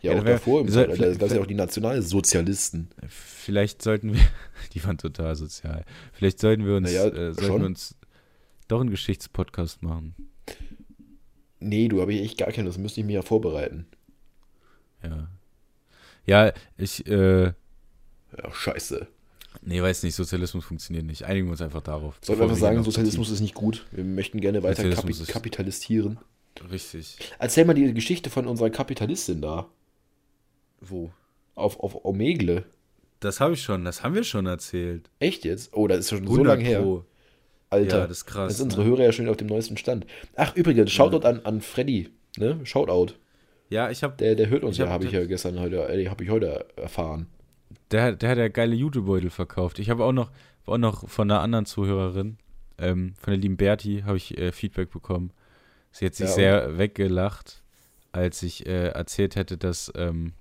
[SPEAKER 1] Ja,
[SPEAKER 2] Ja,
[SPEAKER 1] auch
[SPEAKER 2] da wär-
[SPEAKER 1] davor im
[SPEAKER 2] soll-
[SPEAKER 1] Fall. Da gab es ja auch die Nationalsozialisten.
[SPEAKER 2] Vielleicht sollten wir, die waren total sozial. Vielleicht sollten wir uns,
[SPEAKER 1] Naja,
[SPEAKER 2] äh, sollten
[SPEAKER 1] schon.
[SPEAKER 2] wir uns doch einen Geschichtspodcast machen.
[SPEAKER 1] Nee, du, habe ich echt gar keine. Das müsste ich mir ja vorbereiten.
[SPEAKER 2] Ja. Ja, ich, äh,
[SPEAKER 1] Ja, scheiße.
[SPEAKER 2] Nee, weiß nicht, Sozialismus funktioniert nicht. Einigen wir uns einfach darauf.
[SPEAKER 1] Sollen wir
[SPEAKER 2] bevor
[SPEAKER 1] einfach
[SPEAKER 2] hier
[SPEAKER 1] sagen,
[SPEAKER 2] noch-
[SPEAKER 1] Sozialismus ist nicht gut. Wir möchten gerne weiter
[SPEAKER 2] Sozialismus
[SPEAKER 1] kapi
[SPEAKER 2] ist-
[SPEAKER 1] kapitalisieren.
[SPEAKER 2] Richtig.
[SPEAKER 1] Erzähl mal die Geschichte von unserer Kapitalistin da.
[SPEAKER 2] Wo?
[SPEAKER 1] Auf, auf Omegle.
[SPEAKER 2] Das habe ich schon, das haben wir schon erzählt.
[SPEAKER 1] Echt jetzt? Oh, das ist schon so lange her.
[SPEAKER 2] Pro.
[SPEAKER 1] Alter,
[SPEAKER 2] Ja, das ist krass,
[SPEAKER 1] Das sind
[SPEAKER 2] ne?
[SPEAKER 1] unsere Hörer ja schon wieder auf dem neuesten Stand. Ach, übrigens, Shoutout an, an Freddy. Ne? Shoutout.
[SPEAKER 2] Ja, ich habe.
[SPEAKER 1] Der, der hört uns
[SPEAKER 2] Ich
[SPEAKER 1] ja,
[SPEAKER 2] hab-
[SPEAKER 1] habe ich ja gestern heute, äh, habe ich heute erfahren.
[SPEAKER 2] Der, der hat ja geile Jutebeutel verkauft. Ich habe auch noch, auch noch von einer anderen Zuhörerin, ähm, von der lieben Berti, habe ich äh, Feedback bekommen. Sie hat sich
[SPEAKER 1] Ja,
[SPEAKER 2] sehr weggelacht, als ich äh, erzählt hätte, dass ähm,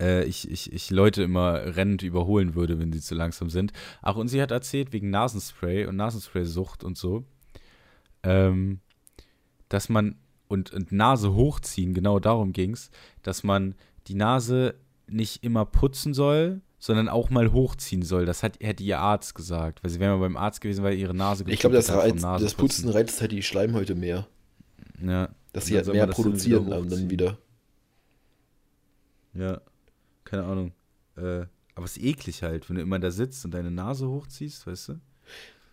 [SPEAKER 2] äh, ich, ich, ich Leute immer rennend überholen würde, wenn sie zu langsam sind. Ach, und sie hat erzählt, wegen Nasenspray und Nasenspray-Sucht und so, ähm, dass man, und, und Nase hochziehen, genau darum ging es, dass man die Nase nicht immer putzen soll, sondern auch mal hochziehen soll. Das hat, hätte ihr Arzt gesagt, weil sie wäre mal beim Arzt gewesen, weil ihre Nase
[SPEAKER 1] Ich glaube, das,
[SPEAKER 2] geblutet hat vom
[SPEAKER 1] reizt, das Putzen reizt halt die Schleimhäute mehr.
[SPEAKER 2] Ja.
[SPEAKER 1] Dass
[SPEAKER 2] Und
[SPEAKER 1] sie
[SPEAKER 2] dann
[SPEAKER 1] halt
[SPEAKER 2] soll
[SPEAKER 1] mehr
[SPEAKER 2] man das dann
[SPEAKER 1] produzieren
[SPEAKER 2] wieder
[SPEAKER 1] dann,
[SPEAKER 2] hochziehen.
[SPEAKER 1] dann wieder.
[SPEAKER 2] Ja, keine Ahnung. Äh, aber es ist eklig halt, wenn du immer da sitzt und deine Nase hochziehst, weißt du?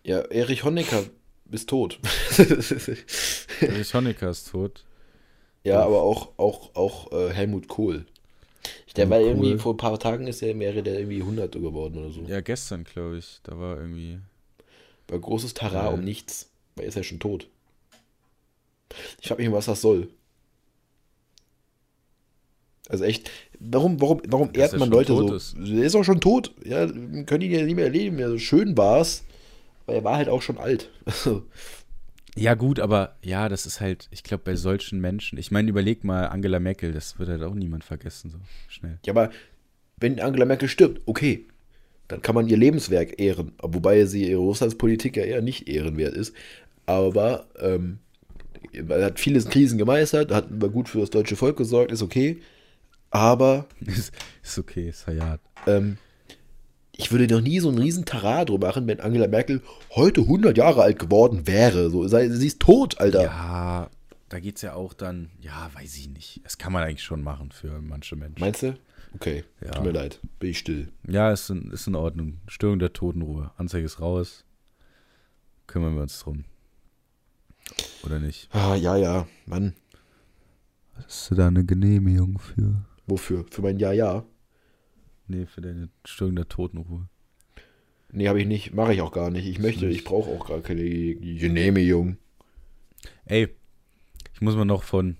[SPEAKER 1] Ja, Erich Honecker ist tot.
[SPEAKER 2] Erich Honecker ist tot.
[SPEAKER 1] ja, aber auch, auch, auch äh, Helmut Kohl. Der war
[SPEAKER 2] Helmut
[SPEAKER 1] irgendwie
[SPEAKER 2] Kohl.
[SPEAKER 1] vor ein paar Tagen ist der, wäre der irgendwie 100 geworden oder so.
[SPEAKER 2] Ja, gestern, glaube ich. Da war irgendwie.
[SPEAKER 1] War großes Tara
[SPEAKER 2] Ja.
[SPEAKER 1] um nichts. Weil er ist ja schon tot. Ich frage mich, was das soll. Also echt, warum, warum, warum
[SPEAKER 2] Dass
[SPEAKER 1] ehrt
[SPEAKER 2] er
[SPEAKER 1] man
[SPEAKER 2] schon
[SPEAKER 1] Leute
[SPEAKER 2] tot
[SPEAKER 1] so?
[SPEAKER 2] ist.
[SPEAKER 1] Er ist auch schon tot. Ja, können ihn ja nicht mehr erleben. Ja, schön war's, aber er war halt auch schon alt.
[SPEAKER 2] Ja, gut, aber ja, das ist halt, ich glaube, bei solchen Menschen. Ich meine, überleg mal, Angela Merkel, das wird halt auch niemand vergessen, so schnell.
[SPEAKER 1] ja, aber wenn Angela Merkel stirbt, okay, dann kann man ihr Lebenswerk ehren. Wobei sie ihre Russlandspolitik ja eher nicht ehrenwert ist. Aber ähm, er hat viele Krisen gemeistert, hat immer gut für das deutsche Volk gesorgt, ist okay. Aber
[SPEAKER 2] ist, ist okay, ist Hayat.
[SPEAKER 1] ähm, ich würde doch nie so einen riesen Tarar drum machen, wenn Angela Merkel heute 100 Jahre alt geworden wäre. So, sei, sie ist tot, Alter.
[SPEAKER 2] Ja, da geht's ja auch dann, ja, weiß ich nicht. Das kann man eigentlich schon machen für manche Menschen.
[SPEAKER 1] Meinst du? Okay,
[SPEAKER 2] Ja.
[SPEAKER 1] tut mir leid, bin ich still.
[SPEAKER 2] Ja, ist in, ist in Ordnung. Störung der Totenruhe. Anzeige ist raus. Kümmern wir uns drum. Oder nicht?
[SPEAKER 1] Ah, ja, ja, Mann,
[SPEAKER 2] Hast du da eine Genehmigung für?
[SPEAKER 1] wofür? Für mein Ja, ja?
[SPEAKER 2] Nee, für deine Störung der Totenruhe.
[SPEAKER 1] Nee, habe ich nicht, mache ich auch gar nicht. Ich möchte, ich brauche auch gar keine Genehmigung.
[SPEAKER 2] Ey, ich muss mal noch von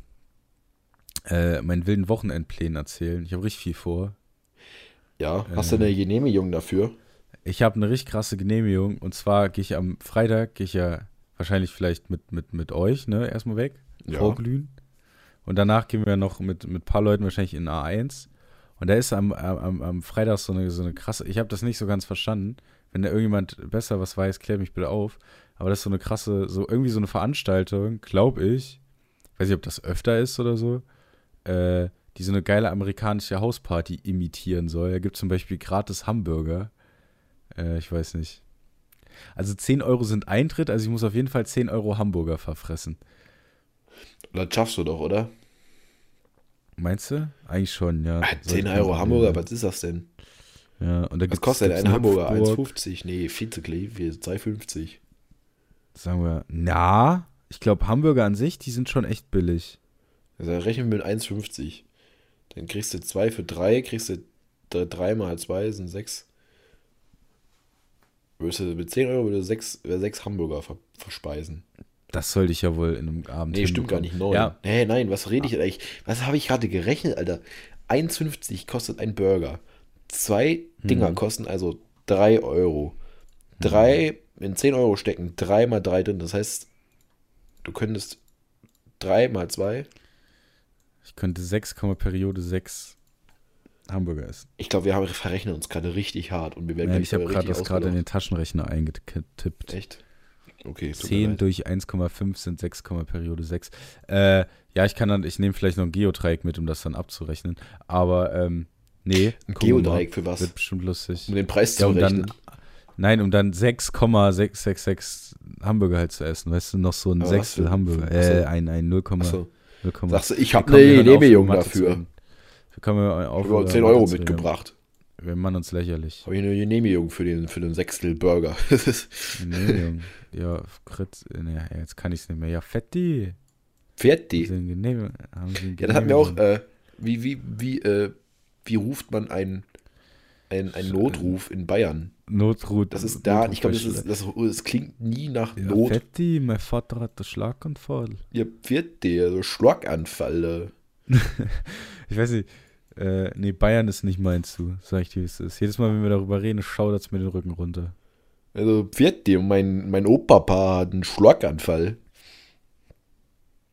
[SPEAKER 2] äh, meinen wilden Wochenendplänen erzählen. Ich habe richtig viel vor.
[SPEAKER 1] Ja, hast du eine Genehmigung dafür?
[SPEAKER 2] Ich habe eine richtig krasse Genehmigung. Und zwar gehe ich am Freitag, gehe ich ja wahrscheinlich vielleicht mit, mit, mit euch, ne, erstmal weg.
[SPEAKER 1] Ja.
[SPEAKER 2] Vorglühen. Und danach gehen wir noch mit, mit ein paar Leuten wahrscheinlich in A1. Und da ist am, am, am- am Freitag so eine, so eine krasse, ich habe das nicht so ganz verstanden. Wenn da irgendjemand besser was weiß, klär mich bitte auf. Aber das ist so eine krasse, so irgendwie so eine Veranstaltung, glaube ich. Weiß nicht, ob das öfter ist oder so. Äh, die so eine geile amerikanische Hausparty imitieren soll. Da gibt zum Beispiel gratis Hamburger. Äh, ich weiß nicht. Also 10 Euro sind Eintritt, also ich muss auf jeden Fall 10 Euro Hamburger verfressen.
[SPEAKER 1] Das schaffst du doch, oder?
[SPEAKER 2] Meinst du? Eigentlich schon, ja.
[SPEAKER 1] Ah, 10
[SPEAKER 2] Sollte
[SPEAKER 1] Euro
[SPEAKER 2] kein
[SPEAKER 1] Hamburger,
[SPEAKER 2] Problem
[SPEAKER 1] was ist das denn?
[SPEAKER 2] sein. Ja, und da
[SPEAKER 1] Was
[SPEAKER 2] gibt's,
[SPEAKER 1] kostet denn
[SPEAKER 2] gibt's
[SPEAKER 1] ein
[SPEAKER 2] eine
[SPEAKER 1] Hamburger?
[SPEAKER 2] Hüpfburg,
[SPEAKER 1] 1,50? Nee, viel zu klein, wir- 2,50.
[SPEAKER 2] Sagen wir, na, ich glaube, Hamburger an sich, die sind schon echt billig.
[SPEAKER 1] Also rechnen wir mit 1,50. Dann kriegst du 2 für 3, kriegst du 3 mal 2 sind 6. Würdest du mit 10 Euro würde 6, Hamburger ver, verspeisen.
[SPEAKER 2] Das sollte ich ja wohl in einem Abend.
[SPEAKER 1] Nee, stimmt gar nicht.
[SPEAKER 2] hinbekommen.
[SPEAKER 1] 9.
[SPEAKER 2] Ja,
[SPEAKER 1] Hey, nein, was rede ich denn eigentlich? Was habe ich gerade gerechnet, Alter? 1,50 kostet ein Burger. Zwei
[SPEAKER 2] Hm.
[SPEAKER 1] Dinger kosten also 3 Euro. Drei,
[SPEAKER 2] Hm.
[SPEAKER 1] in 10 Euro stecken 3 mal 3 drin. Das heißt, du könntest 3 mal 2.
[SPEAKER 2] ich könnte 6, Periode 6 Hamburger essen.
[SPEAKER 1] Ich glaube, wir haben, verrechnen uns gerade richtig hart und wir werden
[SPEAKER 2] Ja,
[SPEAKER 1] gleich
[SPEAKER 2] ich habe
[SPEAKER 1] aber
[SPEAKER 2] gerade
[SPEAKER 1] richtig
[SPEAKER 2] das gerade in
[SPEAKER 1] ausgelacht.
[SPEAKER 2] den Taschenrechner eingetippt.
[SPEAKER 1] Echt? Okay, tut mir
[SPEAKER 2] 10
[SPEAKER 1] leid.
[SPEAKER 2] durch 1,5 sind 6, Periode 6. Äh, ja, ich kann dann, ich nehme vielleicht noch ein Geodreieck mit, um das dann abzurechnen. Aber, ähm, nee.
[SPEAKER 1] Ein
[SPEAKER 2] gucken wir mal.
[SPEAKER 1] Geodreieck für was?
[SPEAKER 2] Wird bestimmt lustig.
[SPEAKER 1] Um den Preis
[SPEAKER 2] Ja,
[SPEAKER 1] zu
[SPEAKER 2] um
[SPEAKER 1] rechnen.
[SPEAKER 2] dann, nein, um dann 6,666 Hamburger halt zu essen. Weißt du, noch so ein
[SPEAKER 1] Aber was
[SPEAKER 2] Sechstel
[SPEAKER 1] für-
[SPEAKER 2] Hamburger.
[SPEAKER 1] Achso.
[SPEAKER 2] Äh, ein, ein 0,
[SPEAKER 1] Achso.
[SPEAKER 2] 0,
[SPEAKER 1] Sagst du, ich
[SPEAKER 2] Wir
[SPEAKER 1] hab
[SPEAKER 2] kommen
[SPEAKER 1] eine
[SPEAKER 2] ja dann auch
[SPEAKER 1] Genehmigung
[SPEAKER 2] auf Mathe
[SPEAKER 1] dafür.
[SPEAKER 2] zu. Wir Kann man auch
[SPEAKER 1] Ich habe 10 Euro mitgebracht.
[SPEAKER 2] Wir machen uns lächerlich.
[SPEAKER 1] Habe ich eine Genehmigung für den, für den Sechstel Burger. Das ist-
[SPEAKER 2] Nee, Junge. ja, Fritz, äh, nee, jetzt kann ich es nicht mehr. Ja, Fetti. Haben
[SPEAKER 1] Fertig.
[SPEAKER 2] Sie ihn genehm- haben Sie ihn
[SPEAKER 1] Ja, das hatten wir auch.
[SPEAKER 2] genehmigt?
[SPEAKER 1] Äh, wie, wie, wie, äh, wie ruft man einen, einen, einen Notruf in Bayern?
[SPEAKER 2] Notruf.
[SPEAKER 1] Das ist da,
[SPEAKER 2] Notruf
[SPEAKER 1] ich glaube, das,
[SPEAKER 2] bei
[SPEAKER 1] ist- das, das klingt nie nach
[SPEAKER 2] Ja,
[SPEAKER 1] Not.
[SPEAKER 2] Fetti, mein Vater hat einen Schlaganfall.
[SPEAKER 1] Ihr pfirt dir, so Schlaganfall. äh.
[SPEAKER 2] Ich weiß nicht, äh, nee, Bayern ist nicht meins, du, sag ich dir, wie es ist. Jedes Mal, wenn wir darüber reden, schaudert es mir den Rücken runter.
[SPEAKER 1] Also pfirt dir, mein, mein Opa hat einen Schlaganfall.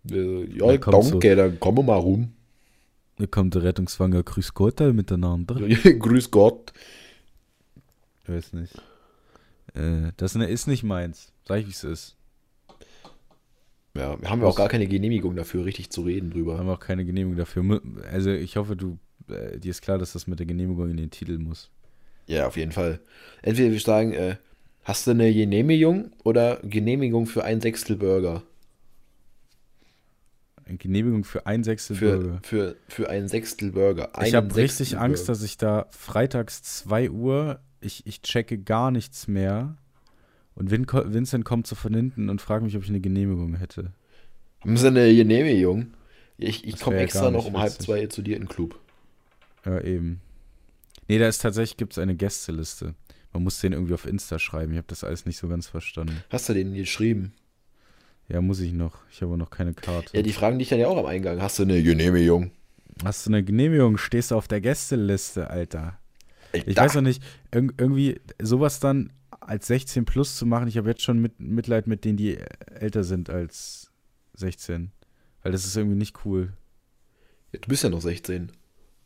[SPEAKER 1] Äh, ja,
[SPEAKER 2] Ja, kommt
[SPEAKER 1] danke,
[SPEAKER 2] so.
[SPEAKER 1] dann kommen wir mal rum.
[SPEAKER 2] Da kommt der Rettungswanger, grüß Gott alle miteinander.
[SPEAKER 1] Grüß Gott.
[SPEAKER 2] Ich weiß nicht. Äh, das ne- ist nicht meins, sag ich, wie es ist.
[SPEAKER 1] Ja, wir haben ja auch gar keine Genehmigung dafür, richtig zu reden
[SPEAKER 2] Wir
[SPEAKER 1] drüber.
[SPEAKER 2] haben auch keine Genehmigung dafür. Mu- Also, ich hoffe, du, äh, dir ist klar, dass das mit der Genehmigung in den Titel muss.
[SPEAKER 1] Ja, auf jeden Fall. Entweder wir sagen, äh, hast du eine Genehmigung oder Genehmigung für ein Sechstel Burger?
[SPEAKER 2] Eine Genehmigung für ein Sechstel
[SPEAKER 1] Für,
[SPEAKER 2] Bürger.
[SPEAKER 1] für, für ein Sechstel Burger.
[SPEAKER 2] Ich
[SPEAKER 1] Einen
[SPEAKER 2] habe richtig
[SPEAKER 1] Sechstel
[SPEAKER 2] Angst,
[SPEAKER 1] Burger.
[SPEAKER 2] dass ich da freitags 2 Uhr, ich, ich checke gar nichts mehr. Und Vin Vincent kommt so von hinten und fragt mich, ob ich eine Genehmigung hätte.
[SPEAKER 1] Haben sie eine Genehmigung? Ich, ich
[SPEAKER 2] Das
[SPEAKER 1] komme
[SPEAKER 2] wär ja
[SPEAKER 1] extra
[SPEAKER 2] gar
[SPEAKER 1] noch
[SPEAKER 2] nicht
[SPEAKER 1] um halb
[SPEAKER 2] witzig.
[SPEAKER 1] zwei zu dir in den Club.
[SPEAKER 2] Ja, eben. Nee, da ist tatsächlich gibt's eine Gästeliste. Man muss den irgendwie auf Insta schreiben. Ich habe das alles nicht so ganz verstanden.
[SPEAKER 1] Hast du denen geschrieben?
[SPEAKER 2] Ja, muss ich noch. Ich habe auch noch keine Karte.
[SPEAKER 1] Ja, die fragen dich dann ja auch am Eingang. Hast du eine Genehmigung?
[SPEAKER 2] Hast du eine Genehmigung? Stehst du auf der Gästeliste, Alter? Ich
[SPEAKER 1] da-
[SPEAKER 2] weiß noch nicht, irg irgendwie sowas dann als 16 plus zu machen, ich habe jetzt schon mit Mitleid mit denen, die äh, älter sind als 16. Weil das ist irgendwie nicht cool.
[SPEAKER 1] Ja, du bist ja noch 16.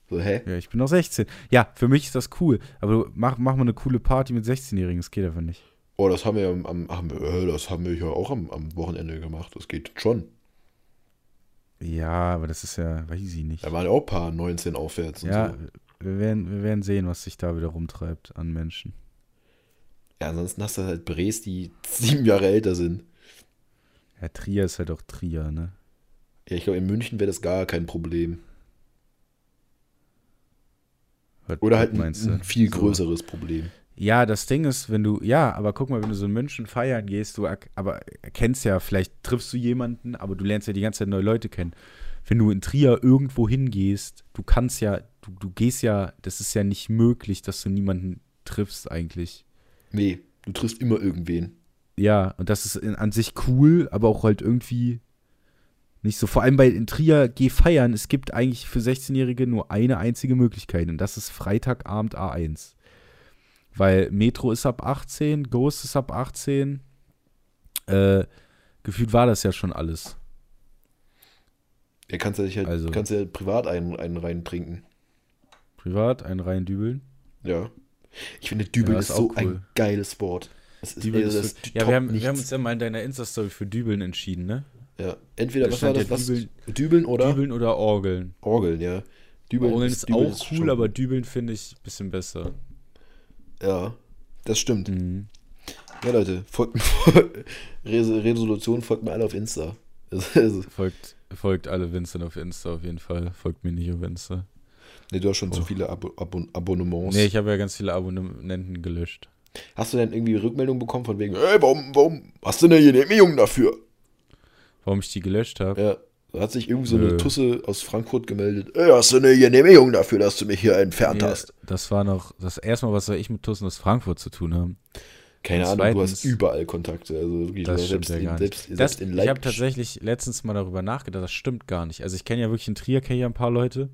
[SPEAKER 1] So, hä?
[SPEAKER 2] Ja, ich bin noch 16. Ja, für mich ist das cool. Aber du, mach, mach mal eine coole Party mit 16-Jährigen, das geht einfach nicht.
[SPEAKER 1] Oh, das haben wir am, am haben wir, äh, das haben wir ja auch am, am Wochenende gemacht. Das geht schon.
[SPEAKER 2] Ja, aber das ist ja, weiß ich nicht.
[SPEAKER 1] Da waren ja auch ein paar 19 aufwärts und
[SPEAKER 2] Ja,
[SPEAKER 1] so.
[SPEAKER 2] wir werden, wir werden sehen, was sich da wieder rumtreibt an Menschen.
[SPEAKER 1] Ja, ansonsten hast du halt Brees, die sieben Jahre älter sind.
[SPEAKER 2] Ja, Trier ist halt auch Trier, ne?
[SPEAKER 1] Ja, ich glaube, in München wäre das gar kein Problem.
[SPEAKER 2] Was-
[SPEAKER 1] Oder
[SPEAKER 2] was
[SPEAKER 1] halt ein,
[SPEAKER 2] meinst du?
[SPEAKER 1] ein viel
[SPEAKER 2] So.
[SPEAKER 1] größeres Problem.
[SPEAKER 2] Ja, das Ding ist, wenn du, ja, aber guck mal, wenn du so in München feiern gehst, du ak- aber kennst ja, vielleicht triffst du jemanden, aber du lernst ja die ganze Zeit neue Leute kennen. Wenn du in Trier irgendwo hingehst, du kannst ja, du, du gehst ja, das ist ja nicht möglich, dass du niemanden triffst eigentlich.
[SPEAKER 1] Nee, du triffst immer irgendwen.
[SPEAKER 2] Ja, und das ist in, an sich cool, aber auch halt irgendwie nicht so. Vor allem bei in Trier, geh feiern, es gibt eigentlich für 16-Jährige nur eine einzige Möglichkeit und das ist Freitagabend A1. Weil Metro ist ab 18, Ghost ist ab 18. Äh, gefühlt war das ja schon alles.
[SPEAKER 1] Ja, kannst ja dich halt,
[SPEAKER 2] Also-
[SPEAKER 1] kannst ja privat einen, einen reintrinken.
[SPEAKER 2] Privat, einen rein dübeln.
[SPEAKER 1] Ja. Ich finde, Dübel
[SPEAKER 2] Ja,
[SPEAKER 1] ist,
[SPEAKER 2] ist
[SPEAKER 1] so
[SPEAKER 2] auch cool.
[SPEAKER 1] ein geiles Wort. Es ist,
[SPEAKER 2] Dübeln
[SPEAKER 1] also
[SPEAKER 2] ist
[SPEAKER 1] das
[SPEAKER 2] so-
[SPEAKER 1] ist
[SPEAKER 2] ja,
[SPEAKER 1] top
[SPEAKER 2] wir haben, wir haben
[SPEAKER 1] nichts.
[SPEAKER 2] uns ja mal in deiner Insta-Story für Dübeln entschieden, ne?
[SPEAKER 1] Ja, entweder
[SPEAKER 2] Da
[SPEAKER 1] was war das?
[SPEAKER 2] stand ja
[SPEAKER 1] Was?
[SPEAKER 2] Dübeln-
[SPEAKER 1] Dübeln oder
[SPEAKER 2] Dübeln oder Orgeln.
[SPEAKER 1] Orgeln, ja. Dübeln
[SPEAKER 2] Orgeln ist,
[SPEAKER 1] Dübeln
[SPEAKER 2] auch cool,
[SPEAKER 1] schon-
[SPEAKER 2] aber Dübeln finde ich ein bisschen besser.
[SPEAKER 1] Ja, das stimmt.
[SPEAKER 2] Mhm.
[SPEAKER 1] Ja, Leute, folgt mir. Res- Resolution folgt mir alle auf Insta. Also, also,
[SPEAKER 2] Folgt, folgt alle Vincent auf Insta auf jeden Fall. Folgt mir nicht auf Insta.
[SPEAKER 1] nee, du hast schon zu viele Abo Abon Abonnements.
[SPEAKER 2] Oh. Nee, ich habe ja ganz viele Abonnenten gelöscht.
[SPEAKER 1] Hast du denn irgendwie Rückmeldung bekommen von wegen, ey, warum, warum hast du denn hier eine Genehmigung dafür?
[SPEAKER 2] Warum ich die gelöscht habe?
[SPEAKER 1] Ja, da hat sich irgendwie so eine
[SPEAKER 2] Nö.
[SPEAKER 1] Tusse aus Frankfurt gemeldet. Ey, hast du eine Genehmigung dafür, dass du mich hier entfernt hast?
[SPEAKER 2] das war noch das erste Mal, was soll ich mit Tussen aus Frankfurt zu tun haben.
[SPEAKER 1] Keine Ahnung, du hast
[SPEAKER 2] zweitens-
[SPEAKER 1] überall Kontakte. Also wirklich,
[SPEAKER 2] Das stimmt
[SPEAKER 1] selbst,
[SPEAKER 2] ja
[SPEAKER 1] in,
[SPEAKER 2] gar nicht.
[SPEAKER 1] selbst,
[SPEAKER 2] das,
[SPEAKER 1] selbst in
[SPEAKER 2] ich habe
[SPEAKER 1] Leipzig.
[SPEAKER 2] tatsächlich letztens mal darüber nachgedacht, das stimmt gar nicht. Also ich kenne ja wirklich in Trier kenn ich ja ein paar Leute,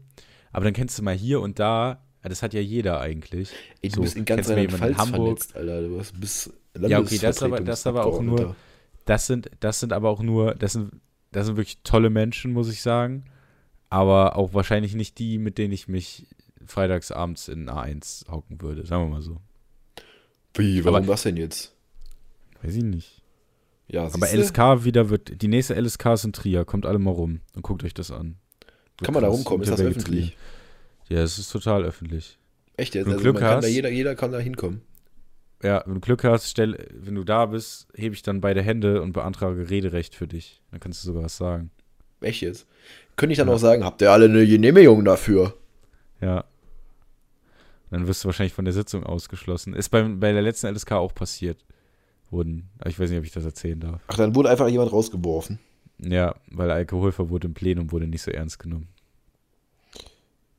[SPEAKER 2] aber dann kennst du mal hier und da, ja, das hat ja jeder eigentlich.
[SPEAKER 1] Ey, du
[SPEAKER 2] So,
[SPEAKER 1] bist in ganz
[SPEAKER 2] kennst du mal jemanden
[SPEAKER 1] Rheinland-Pfalz
[SPEAKER 2] in Hamburg?
[SPEAKER 1] vernetzt, Alter. Du hast bis
[SPEAKER 2] Ja, okay, das ist aber- das ist aber auch
[SPEAKER 1] Landesvertretungsabgeordneter.
[SPEAKER 2] nur- Das sind, das sind aber auch nur, das sind, das sind wirklich tolle Menschen, muss ich sagen. Aber auch wahrscheinlich nicht die, mit denen ich mich freitagsabends in A1 hocken würde, sagen wir mal so.
[SPEAKER 1] Wie, warum
[SPEAKER 2] Aber-
[SPEAKER 1] das denn jetzt?
[SPEAKER 2] Weiß ich nicht.
[SPEAKER 1] Ja,
[SPEAKER 2] Aber
[SPEAKER 1] siehste,
[SPEAKER 2] LSK wieder wird, die nächste LSK ist in Trier, kommt alle mal rum und guckt euch das an. Wird
[SPEAKER 1] kann man da
[SPEAKER 2] krass,
[SPEAKER 1] rumkommen, ist das
[SPEAKER 2] Unterwege
[SPEAKER 1] öffentlich?
[SPEAKER 2] Trier. Ja, es ist total öffentlich.
[SPEAKER 1] Echt jetzt?
[SPEAKER 2] Wenn du
[SPEAKER 1] Also
[SPEAKER 2] Glück
[SPEAKER 1] man kann da,
[SPEAKER 2] hast-
[SPEAKER 1] jeder, jeder kann da hinkommen.
[SPEAKER 2] Ja, wenn du Glück hast, stell, wenn du da bist, hebe ich dann beide Hände und beantrage Rederecht für dich. Dann kannst du sogar was sagen.
[SPEAKER 1] Echt jetzt? Könnte ich dann auch sagen, habt ihr alle eine Genehmigung dafür?
[SPEAKER 2] Ja. Dann wirst du wahrscheinlich von der Sitzung ausgeschlossen. Ist beim, bei der letzten LSK auch passiert. Wurden. Aber ich weiß nicht, ob ich das erzählen darf.
[SPEAKER 1] Ach, dann wurde einfach jemand rausgeworfen.
[SPEAKER 2] Ja, weil Alkoholverbot im Plenum wurde nicht so ernst genommen.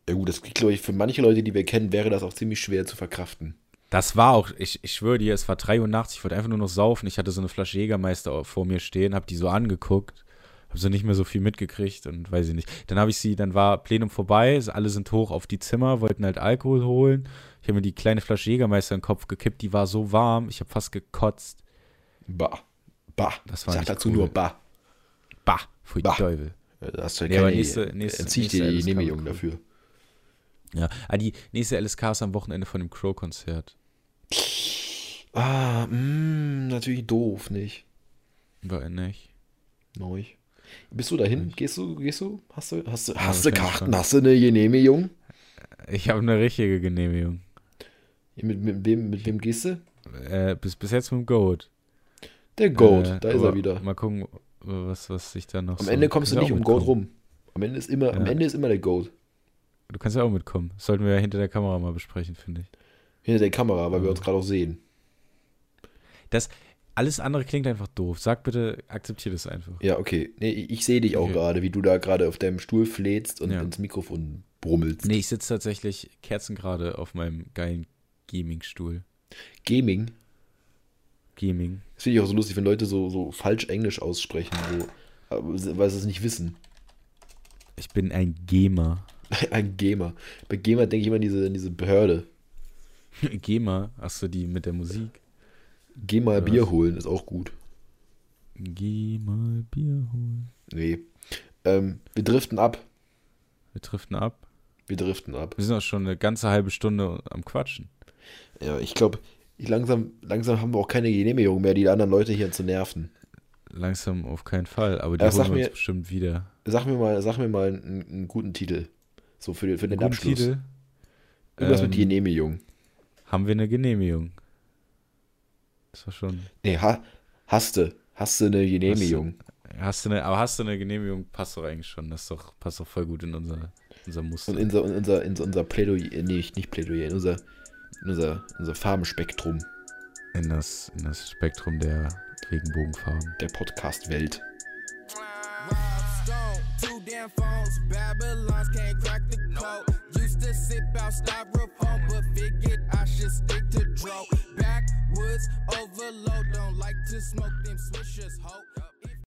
[SPEAKER 1] Ja gut, das klingt, glaube ich, für manche Leute, die wir kennen, wäre das auch ziemlich schwer zu verkraften.
[SPEAKER 2] Das war auch, ich, ich schwöre dir, es war 3 Uhr nachts, ich wollte einfach nur noch saufen. Ich hatte so eine Flasche Jägermeister vor mir stehen, habe die so angeguckt, habe so nicht mehr so viel mitgekriegt und weiß ich nicht. Dann habe ich sie, dann war Plenum vorbei, alle sind hoch auf die Zimmer, wollten halt Alkohol holen. Ich habe mir die kleine Flasche Jägermeister in den Kopf gekippt, die war so warm, ich habe fast gekotzt.
[SPEAKER 1] Bah. Bah.
[SPEAKER 2] Das
[SPEAKER 1] ich
[SPEAKER 2] war
[SPEAKER 1] sag
[SPEAKER 2] nicht
[SPEAKER 1] dazu
[SPEAKER 2] cool.
[SPEAKER 1] nur bah.
[SPEAKER 2] Bah, pfui
[SPEAKER 1] Bah.
[SPEAKER 2] Teufel.
[SPEAKER 1] Da hast du ja
[SPEAKER 2] Nee,
[SPEAKER 1] keine
[SPEAKER 2] aber nächste- nächste-
[SPEAKER 1] Entzieh ich
[SPEAKER 2] nächste
[SPEAKER 1] dir die
[SPEAKER 2] LSK
[SPEAKER 1] Genehmigung
[SPEAKER 2] bekommen.
[SPEAKER 1] dafür.
[SPEAKER 2] Ja, ah, die nächste LSK ist am Wochenende von dem Crow-Konzert.
[SPEAKER 1] Ah, mh, natürlich doof, nicht?
[SPEAKER 2] War nicht.
[SPEAKER 1] Neu. Bist du dahin? Gehst du, gehst du? Hast du, hast du, hast du
[SPEAKER 2] wahrscheinlich
[SPEAKER 1] Karten?
[SPEAKER 2] schon.
[SPEAKER 1] Hast du eine Genehmigung?
[SPEAKER 2] Ich habe eine richtige Genehmigung.
[SPEAKER 1] Mit, mit, wem, mit wem gehst du?
[SPEAKER 2] Äh, bis, bis jetzt mit dem Goat.
[SPEAKER 1] Der Goat,
[SPEAKER 2] äh,
[SPEAKER 1] da ist er
[SPEAKER 2] aber
[SPEAKER 1] wieder.
[SPEAKER 2] Mal gucken, was, was sich da noch
[SPEAKER 1] Am
[SPEAKER 2] so-
[SPEAKER 1] Ende kommst du
[SPEAKER 2] kannst
[SPEAKER 1] nicht
[SPEAKER 2] ja auch
[SPEAKER 1] um Goat
[SPEAKER 2] mitkommen.
[SPEAKER 1] rum. Am Ende ist immer, am
[SPEAKER 2] Ja.
[SPEAKER 1] Ende ist immer der Goat.
[SPEAKER 2] Du kannst ja auch mitkommen. Das sollten wir ja hinter der Kamera mal besprechen, finde ich.
[SPEAKER 1] Hinter der Kamera, weil wir
[SPEAKER 2] Ja.
[SPEAKER 1] uns gerade auch sehen.
[SPEAKER 2] Das, alles andere klingt einfach doof. Sag bitte, akzeptier das einfach.
[SPEAKER 1] Ja, okay. Nee, ich, ich sehe dich auch
[SPEAKER 2] Okay.
[SPEAKER 1] gerade, wie du da gerade auf deinem Stuhl fläzt und
[SPEAKER 2] Ja.
[SPEAKER 1] ins Mikrofon brummelst.
[SPEAKER 2] Nee, ich sitze tatsächlich kerzengerade auf meinem geilen Gaming-Stuhl.
[SPEAKER 1] Gaming.
[SPEAKER 2] Gaming.
[SPEAKER 1] Das finde ich auch so lustig, wenn Leute so, so falsch Englisch aussprechen, so, aber se- weil sie es nicht wissen.
[SPEAKER 2] Ich bin ein Gamer.
[SPEAKER 1] Ein Gamer. Bei Gamer denke ich immer an diese, an diese Behörde.
[SPEAKER 2] Gamer? Achso, die mit der Musik.
[SPEAKER 1] Geh mal
[SPEAKER 2] Oder
[SPEAKER 1] Bier
[SPEAKER 2] was?
[SPEAKER 1] holen, ist auch gut.
[SPEAKER 2] Geh mal Bier holen.
[SPEAKER 1] Nee. Ähm, wir driften ab.
[SPEAKER 2] Wir driften ab.
[SPEAKER 1] Wir driften ab.
[SPEAKER 2] Wir sind auch schon eine ganze halbe Stunde am Quatschen.
[SPEAKER 1] Ja, ich glaube, ich langsam, langsam haben wir auch keine Genehmigung mehr, die anderen Leute hier zu nerven.
[SPEAKER 2] Langsam auf keinen Fall, aber die
[SPEAKER 1] Ja, sag
[SPEAKER 2] holen wir uns
[SPEAKER 1] mir-
[SPEAKER 2] bestimmt wieder.
[SPEAKER 1] Sag mir mal, sag mir mal einen, einen guten Titel. So für, den- für den
[SPEAKER 2] Guten
[SPEAKER 1] Abschluss.
[SPEAKER 2] Titel.
[SPEAKER 1] Irgendwas mit
[SPEAKER 2] Ähm,
[SPEAKER 1] Genehmigung.
[SPEAKER 2] Haben wir eine Genehmigung? Das war schon.
[SPEAKER 1] Nee, ha, hast du. Hast du eine Genehmigung?
[SPEAKER 2] Hast du eine, aber hast du eine Genehmigung? Passt doch eigentlich schon. Das ist doch, passt doch voll gut in unser, unser Muster.
[SPEAKER 1] Und in unser, in unser, in unser Plädoyer, nee, nicht Plädoyer, in unser, in unser, unser Farbenspektrum
[SPEAKER 2] In das, in das Spektrum der Regenbogenfarben.
[SPEAKER 1] der Podcast-Welt.
[SPEAKER 3] Rhinestone, two damn phones, Babylons can't crack the code. Used to sip out styrofoam, but figured I should stick to dro. Backwoods overload, don't like to smoke them swishers, ho.